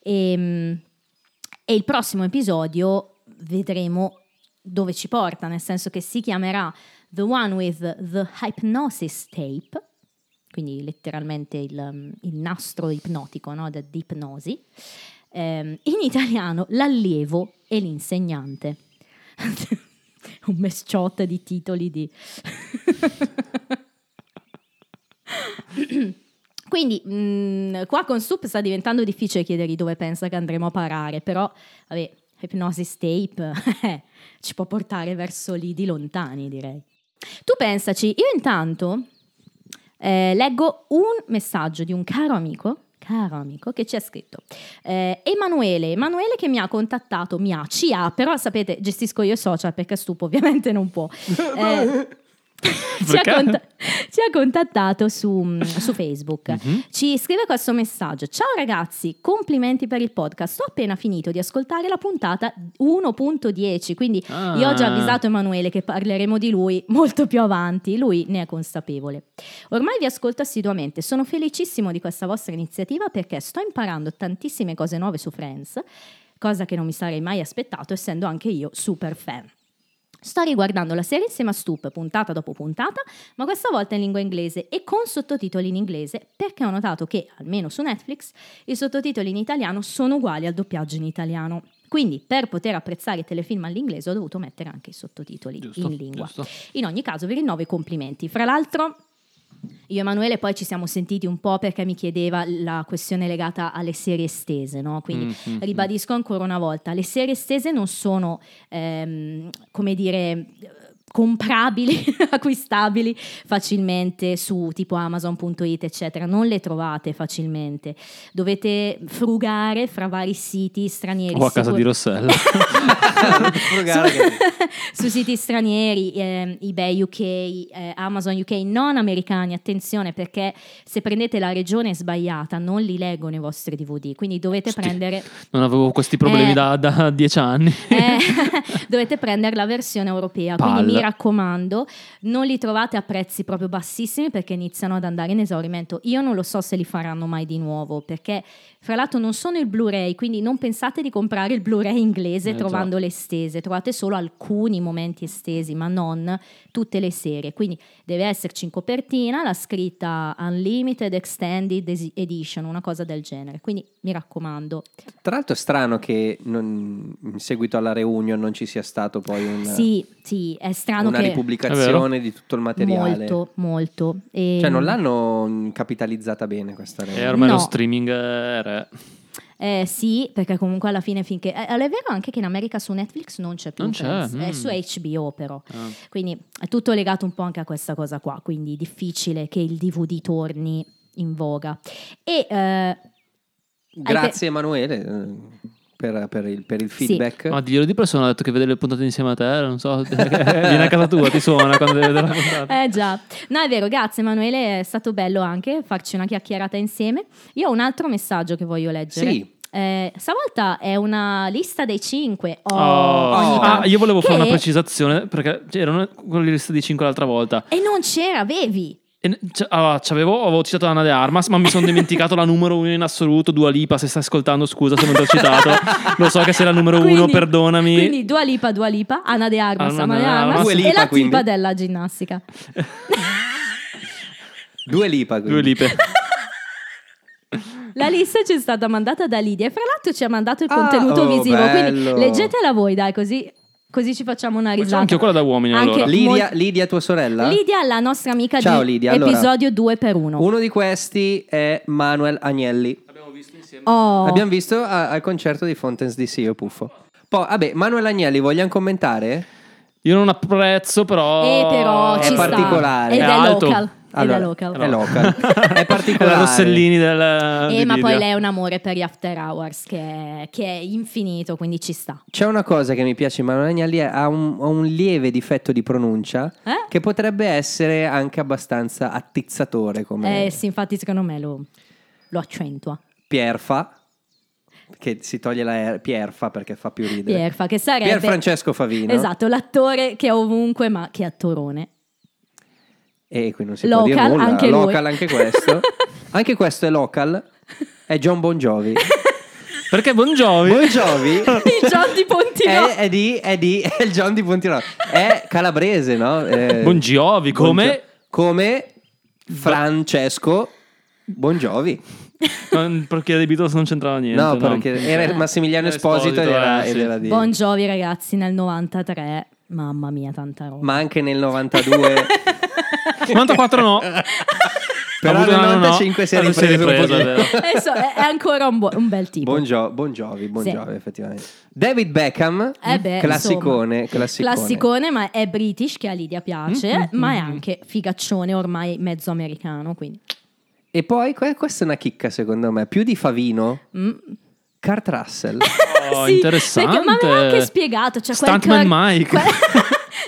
S2: Ehm, E, il prossimo episodio vedremo dove ci porta, nel senso che si chiamerà The One with the Hypnosis Tape, quindi letteralmente il, um, il nastro ipnotico no, de- di ipnosi. Ehm, in italiano l'allievo e l'insegnante. Un mesciot di titoli di... Quindi mh, qua con Sup sta diventando difficile chiedergli dove pensa che andremo a parare, però vabbè, Hypnosis Tape eh, ci può portare verso lì di lontani, direi. Tu pensaci, io intanto eh, leggo un messaggio di un caro amico, caro amico, che ci ha scritto. Eh, Emanuele, Emanuele che mi ha contattato, mi ha, ci ha, però sapete, gestisco io i social perché stupo ovviamente non può. Eh, ci, ha
S3: Perché?
S2: conta- ci ha contattato su, mm, su Facebook. Ci scrive questo messaggio: Ciao ragazzi, complimenti per il podcast. Ho appena finito di ascoltare la puntata 1.10, quindi
S3: Ah.
S2: io ho già avvisato Emanuele che parleremo di lui molto più avanti, lui ne è consapevole. Ormai vi ascolto assiduamente, sono felicissimo di questa vostra iniziativa perché sto imparando tantissime cose nuove su Friends, cosa che non mi sarei mai aspettato essendo anche io super fan. Sto riguardando la serie insieme a Stup, puntata dopo puntata, ma questa volta in lingua inglese e con sottotitoli in inglese perché ho notato che, almeno su Netflix, i sottotitoli in italiano sono uguali al doppiaggio in italiano. Quindi, per poter apprezzare i telefilm all'inglese, ho dovuto mettere anche i sottotitoli
S3: Giusto,
S2: in lingua.
S3: giusto.
S2: In ogni caso, vi rinnovo i complimenti. Fra l'altro, io e Emanuele poi ci siamo sentiti un po' perché mi chiedeva la questione legata alle serie estese, no? Quindi
S3: Mm, mm, mm.
S2: ribadisco ancora una volta, le serie estese non sono, ehm, come dire, comprabili, acquistabili facilmente su tipo amazon.it eccetera, non le trovate facilmente, dovete frugare fra vari siti stranieri.
S3: O a casa
S2: sicur-
S3: di Rossella.
S1: Frugare, che-
S2: su siti stranieri, ehm, eBay UK, eh, Amazon UK, non americani, attenzione perché se prendete la regione sbagliata non li leggono i vostri DVD, quindi dovete
S3: Sti-
S2: prendere...
S3: Non avevo questi problemi
S2: Eh.
S3: da, da dieci anni.
S2: eh, dovete prendere la versione europea,
S3: Palla.
S2: quindi mi raccomando, non li trovate a prezzi proprio bassissimi perché iniziano ad andare in esaurimento. Io non lo so se li faranno mai di nuovo perché fra l'altro non sono il Blu-ray, quindi non pensate di comprare il Blu-ray inglese
S3: Eh, già.
S2: trovando le estese, trovate solo alcuni momenti estesi, ma non tutte le serie. Quindi deve esserci in copertina la scritta Unlimited Extended Esi- Edition, una cosa del genere. Quindi mi raccomando,
S1: Tra l'altro è strano che non- in seguito alla reunion non ci sia stato poi un-
S2: sì, sì, è strano
S1: una
S2: che
S3: È
S1: ripubblicazione di tutto il materiale.
S2: Molto, molto. Ehm, E-
S1: Cioè non l'hanno mh, capitalizzata bene questa
S3: E
S1: reunion.
S3: ormai
S2: No.
S3: lo streaming eh, re.
S2: Eh, sì, perché comunque alla fine finché... eh, allora è vero anche che in America su Netflix non c'è più.
S3: Non c'è,
S2: Friends,
S3: mm.
S2: È su HBO però.
S3: Ah.
S2: Quindi è tutto legato un po' anche a questa cosa qua. Quindi difficile che il DVD torni in voga. E... eh,
S1: Grazie Emanuele. eh, per, per il, per il feedback.
S3: Ma diglielo di persona, ha detto che vede le puntate insieme a te, non so, viene a casa tua, ti suona quando vede la puntata.
S2: Eh già, no è vero, grazie Emanuele, è stato bello anche farci una chiacchierata insieme. Io ho un altro messaggio che voglio leggere.
S1: Sì.
S2: Eh, stavolta è una lista dei cinque. Oh,
S3: Oh.
S2: ogni
S3: Ah,
S2: tanto.
S3: io volevo fare
S2: Che-
S3: una precisazione perché cioè, c'erano con le liste di 5 l'altra volta.
S2: E non c'era, avevi.
S3: E, c- allora, c'avevo, avevo citato Anna De Armas, ma mi sono dimenticato la numero 1 in assoluto. Dua Lipa, se stai ascoltando, scusa se non ti ho citato. Lo so che sei la numero 1,
S2: Quindi-
S3: perdonami.
S2: Quindi Dua Lipa, Dua Lipa, Anna De Armas,
S3: Anna
S2: Anna
S3: De
S2: De
S3: Armas.
S2: Armas
S1: Dua
S2: e
S1: Lipa,
S2: la tipa
S1: quindi.
S2: della ginnastica.
S1: Due lipa.
S3: Due
S1: quindi.
S3: Lipe.
S2: La lista ci è stata mandata da Lidia e fra l'altro ci ha mandato il
S1: Ah,
S2: contenuto
S1: oh,
S2: visivo,
S1: bello.
S2: quindi leggetela voi dai così, così ci facciamo una risata.
S3: anche quella da uomini,
S2: Anche
S3: allora.
S1: Lidia,
S2: mol-
S1: Lidia, tua sorella?
S2: Lidia è la nostra amica
S1: Ciao,
S2: di
S1: Lidia, allora-
S2: episodio 2x1.
S1: Uno di questi è Manuel Agnelli.
S2: Oh,
S1: Abbiamo visto a- al concerto di Fontaine's DC, io puffo. Poi, vabbè, Manuel Agnelli, vogliamo commentare?
S3: Io non apprezzo, però.
S2: eh, però
S1: Oh, È
S2: ci sta.
S1: particolare.
S2: Ed
S1: È
S2: è,
S3: alto.
S2: local.
S1: Allora,
S2: ed è local.
S1: È local. è particolare.
S3: È la Rossellini del.
S2: Eh,
S3: di
S2: ma poi
S3: Lidia.
S2: lei è un amore per gli after hours che è, che è infinito, quindi ci sta.
S1: C'è una cosa che mi piace, Manuel Agnelli è- ha un, ha un lieve difetto di pronuncia
S2: Eh?
S1: che potrebbe essere anche abbastanza attizzatore come
S2: Eh sì, infatti secondo me lo, lo accentua.
S1: Pierfa, che si toglie la R, Pierfa perché fa più ridere.
S2: Pierfa, che sarebbe...
S1: Pier Francesco Favino.
S2: Esatto, l'attore che è ovunque, ma che attorone.
S1: E qui non si può dire
S2: Local,
S1: nulla.
S2: anche lui.
S1: local anche questo. anche questo è local. È John Bon Jovi.
S3: Perché Buongiovi.
S1: Bon Jovi
S2: Il John di Pontino.
S1: è, è di, è di- è il John di Pontirò. È calabrese, no? Eh,
S3: Bon Jovi, come-
S1: Bon Gio- come Francesco Bon Jovi.
S3: Non- Perché dei Beatles non c'entrava niente.
S1: No, perché era Massimiliano
S3: Eh,
S1: Esposito ed era,
S3: eh, sì.
S1: ed era di...
S2: Buon Jovi ragazzi, nel 93, mamma mia, tanta roba.
S1: Ma anche nel 92...
S3: 94 no.
S1: Però
S3: Avuto
S1: nel
S3: un anno no,
S1: 95 si è
S3: adesso
S1: ripreso un
S3: ripreso,
S1: pochino.
S3: è vero.
S2: Adesso è, è ancora un, buo- un bel tipo.
S1: Bon, Gio- Bon Jovi, Bon
S2: Sì.
S1: Jovi, effettivamente. David Beckham,
S2: Eh
S3: Mm.
S2: beh,
S1: classicone,
S2: insomma,
S1: classicone.
S2: classicone, ma è british che a Lidia piace,
S3: Mm,
S2: ma è anche figaccione ormai mezzo americano, quindi
S1: E poi, que- questa è una chicca secondo me, più di Favino,
S2: Mm.
S1: Kurt Russell.
S3: Oh,
S2: Sì,
S3: interessante.
S2: Perché, ma mi aveva anche spiegato, cioè quel
S3: Stuntman
S2: Kurt-
S3: Mike.
S2: quel-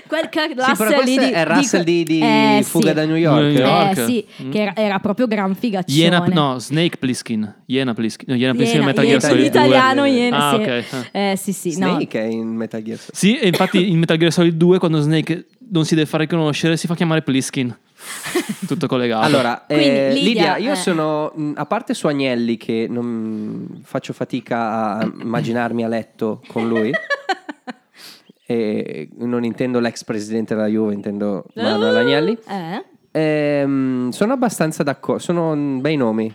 S2: Quel Kurt
S1: Sì, però
S2: Russell lì
S1: questo
S2: di,
S1: è Russell di, di
S2: eh, sì.
S1: Fuga da New York.
S3: New York. Mm.
S2: Eh sì, che era, era proprio gran figaccione.
S3: Iena, no, Snake Plissken. Iena Plissken. No, Iena Plissken è
S2: Iena,
S3: Metal
S2: Iena,
S3: Gear Solid
S2: in
S3: 2.
S2: italiano Iena,
S3: Ah,
S2: sì.
S3: ok.
S2: Eh, sì, sì, no.
S1: Snake è in Metal Gear Solid.
S3: Sì, e infatti in Metal Gear Solid 2 quando Snake non si deve far riconoscere si fa chiamare Plissken. Tutto collegato.
S1: Allora,
S2: Quindi,
S1: eh, Lidia,
S2: Lidia,
S1: io
S2: eh.
S1: sono, mh, a parte su Agnelli che non faccio fatica a immaginarmi a letto con lui, e non intendo l'ex presidente della Juve, intendo Manuel Agnelli,
S2: Eh?
S1: ehm, sono abbastanza d'accordo, sono mm, bei nomi.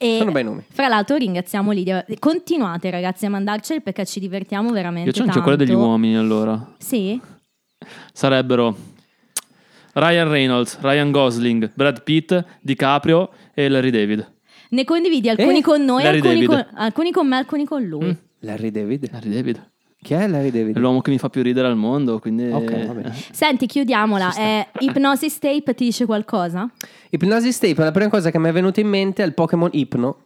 S2: E
S1: Sono bei nomi.
S2: Fra l'altro ringraziamo Lidia. Continuate ragazzi a mandarceli perché ci divertiamo veramente
S3: Io c'ho anche
S2: tanto.
S3: quella degli uomini allora.
S2: Sì?
S3: Sarebbero Ryan Reynolds, Ryan Gosling, Brad Pitt, DiCaprio e Larry David.
S2: Ne condividi alcuni
S1: Eh? Mm.
S2: con noi,
S3: Larry
S2: alcuni
S3: David.
S2: con, alcuni con me, alcuni con lui.
S1: Larry David?
S3: Larry David.
S1: Chi è Larry
S3: È
S1: David?
S3: l'uomo che mi fa più ridere al mondo, quindi...
S1: Ok, va bene.
S2: Senti, chiudiamola. Eh, Hypnosis Tape ti dice qualcosa?
S1: Hypnosis Tape, la prima cosa che mi è venuta in mente è il Pokémon Ipno.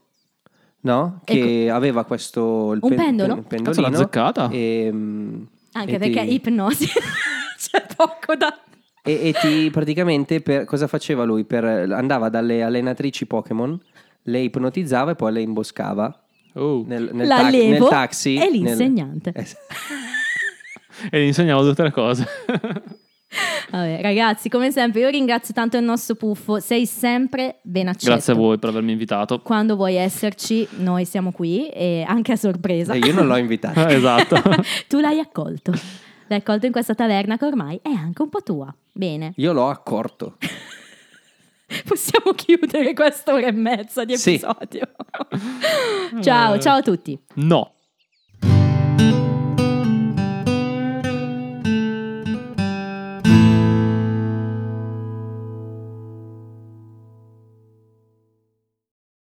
S1: No? Che aveva questo. Il
S2: Ecco. Un pendolo?
S1: il
S3: Cazzo, l'ha
S1: pendolino,
S3: azzeccata.
S1: E, mm,
S2: Anche
S1: e
S2: perché
S1: ti-
S2: ipnosi c'è poco da...
S1: E, e ti praticamente per- cosa faceva lui? Per- andava dalle allenatrici Pokémon, le ipnotizzava e poi le imboscava
S3: Oh.
S1: nel, nel
S2: La
S1: tac-
S2: levo
S1: nel taxi.
S2: e
S1: nel-
S2: l'insegnante.
S1: Es-
S3: E gli insegnavo tutte le cose.
S1: Certo.
S2: Vabbè, ragazzi, come sempre, io ringrazio tanto il nostro puffo. Sei sempre ben accetto.
S3: Grazie a voi per avermi invitato.
S2: Quando vuoi esserci, noi siamo qui e anche a sorpresa.
S1: Eh, io non l'ho invitato.
S3: Eh, esatto.
S2: tu l'hai accolto. L'hai accolto in questa taverna che ormai è anche un po' tua. Bene,
S1: Io l'ho accorto.
S2: possiamo chiudere quest'ora e mezza di
S1: Sì.
S2: episodio. ciao, ciao a tutti.
S3: No.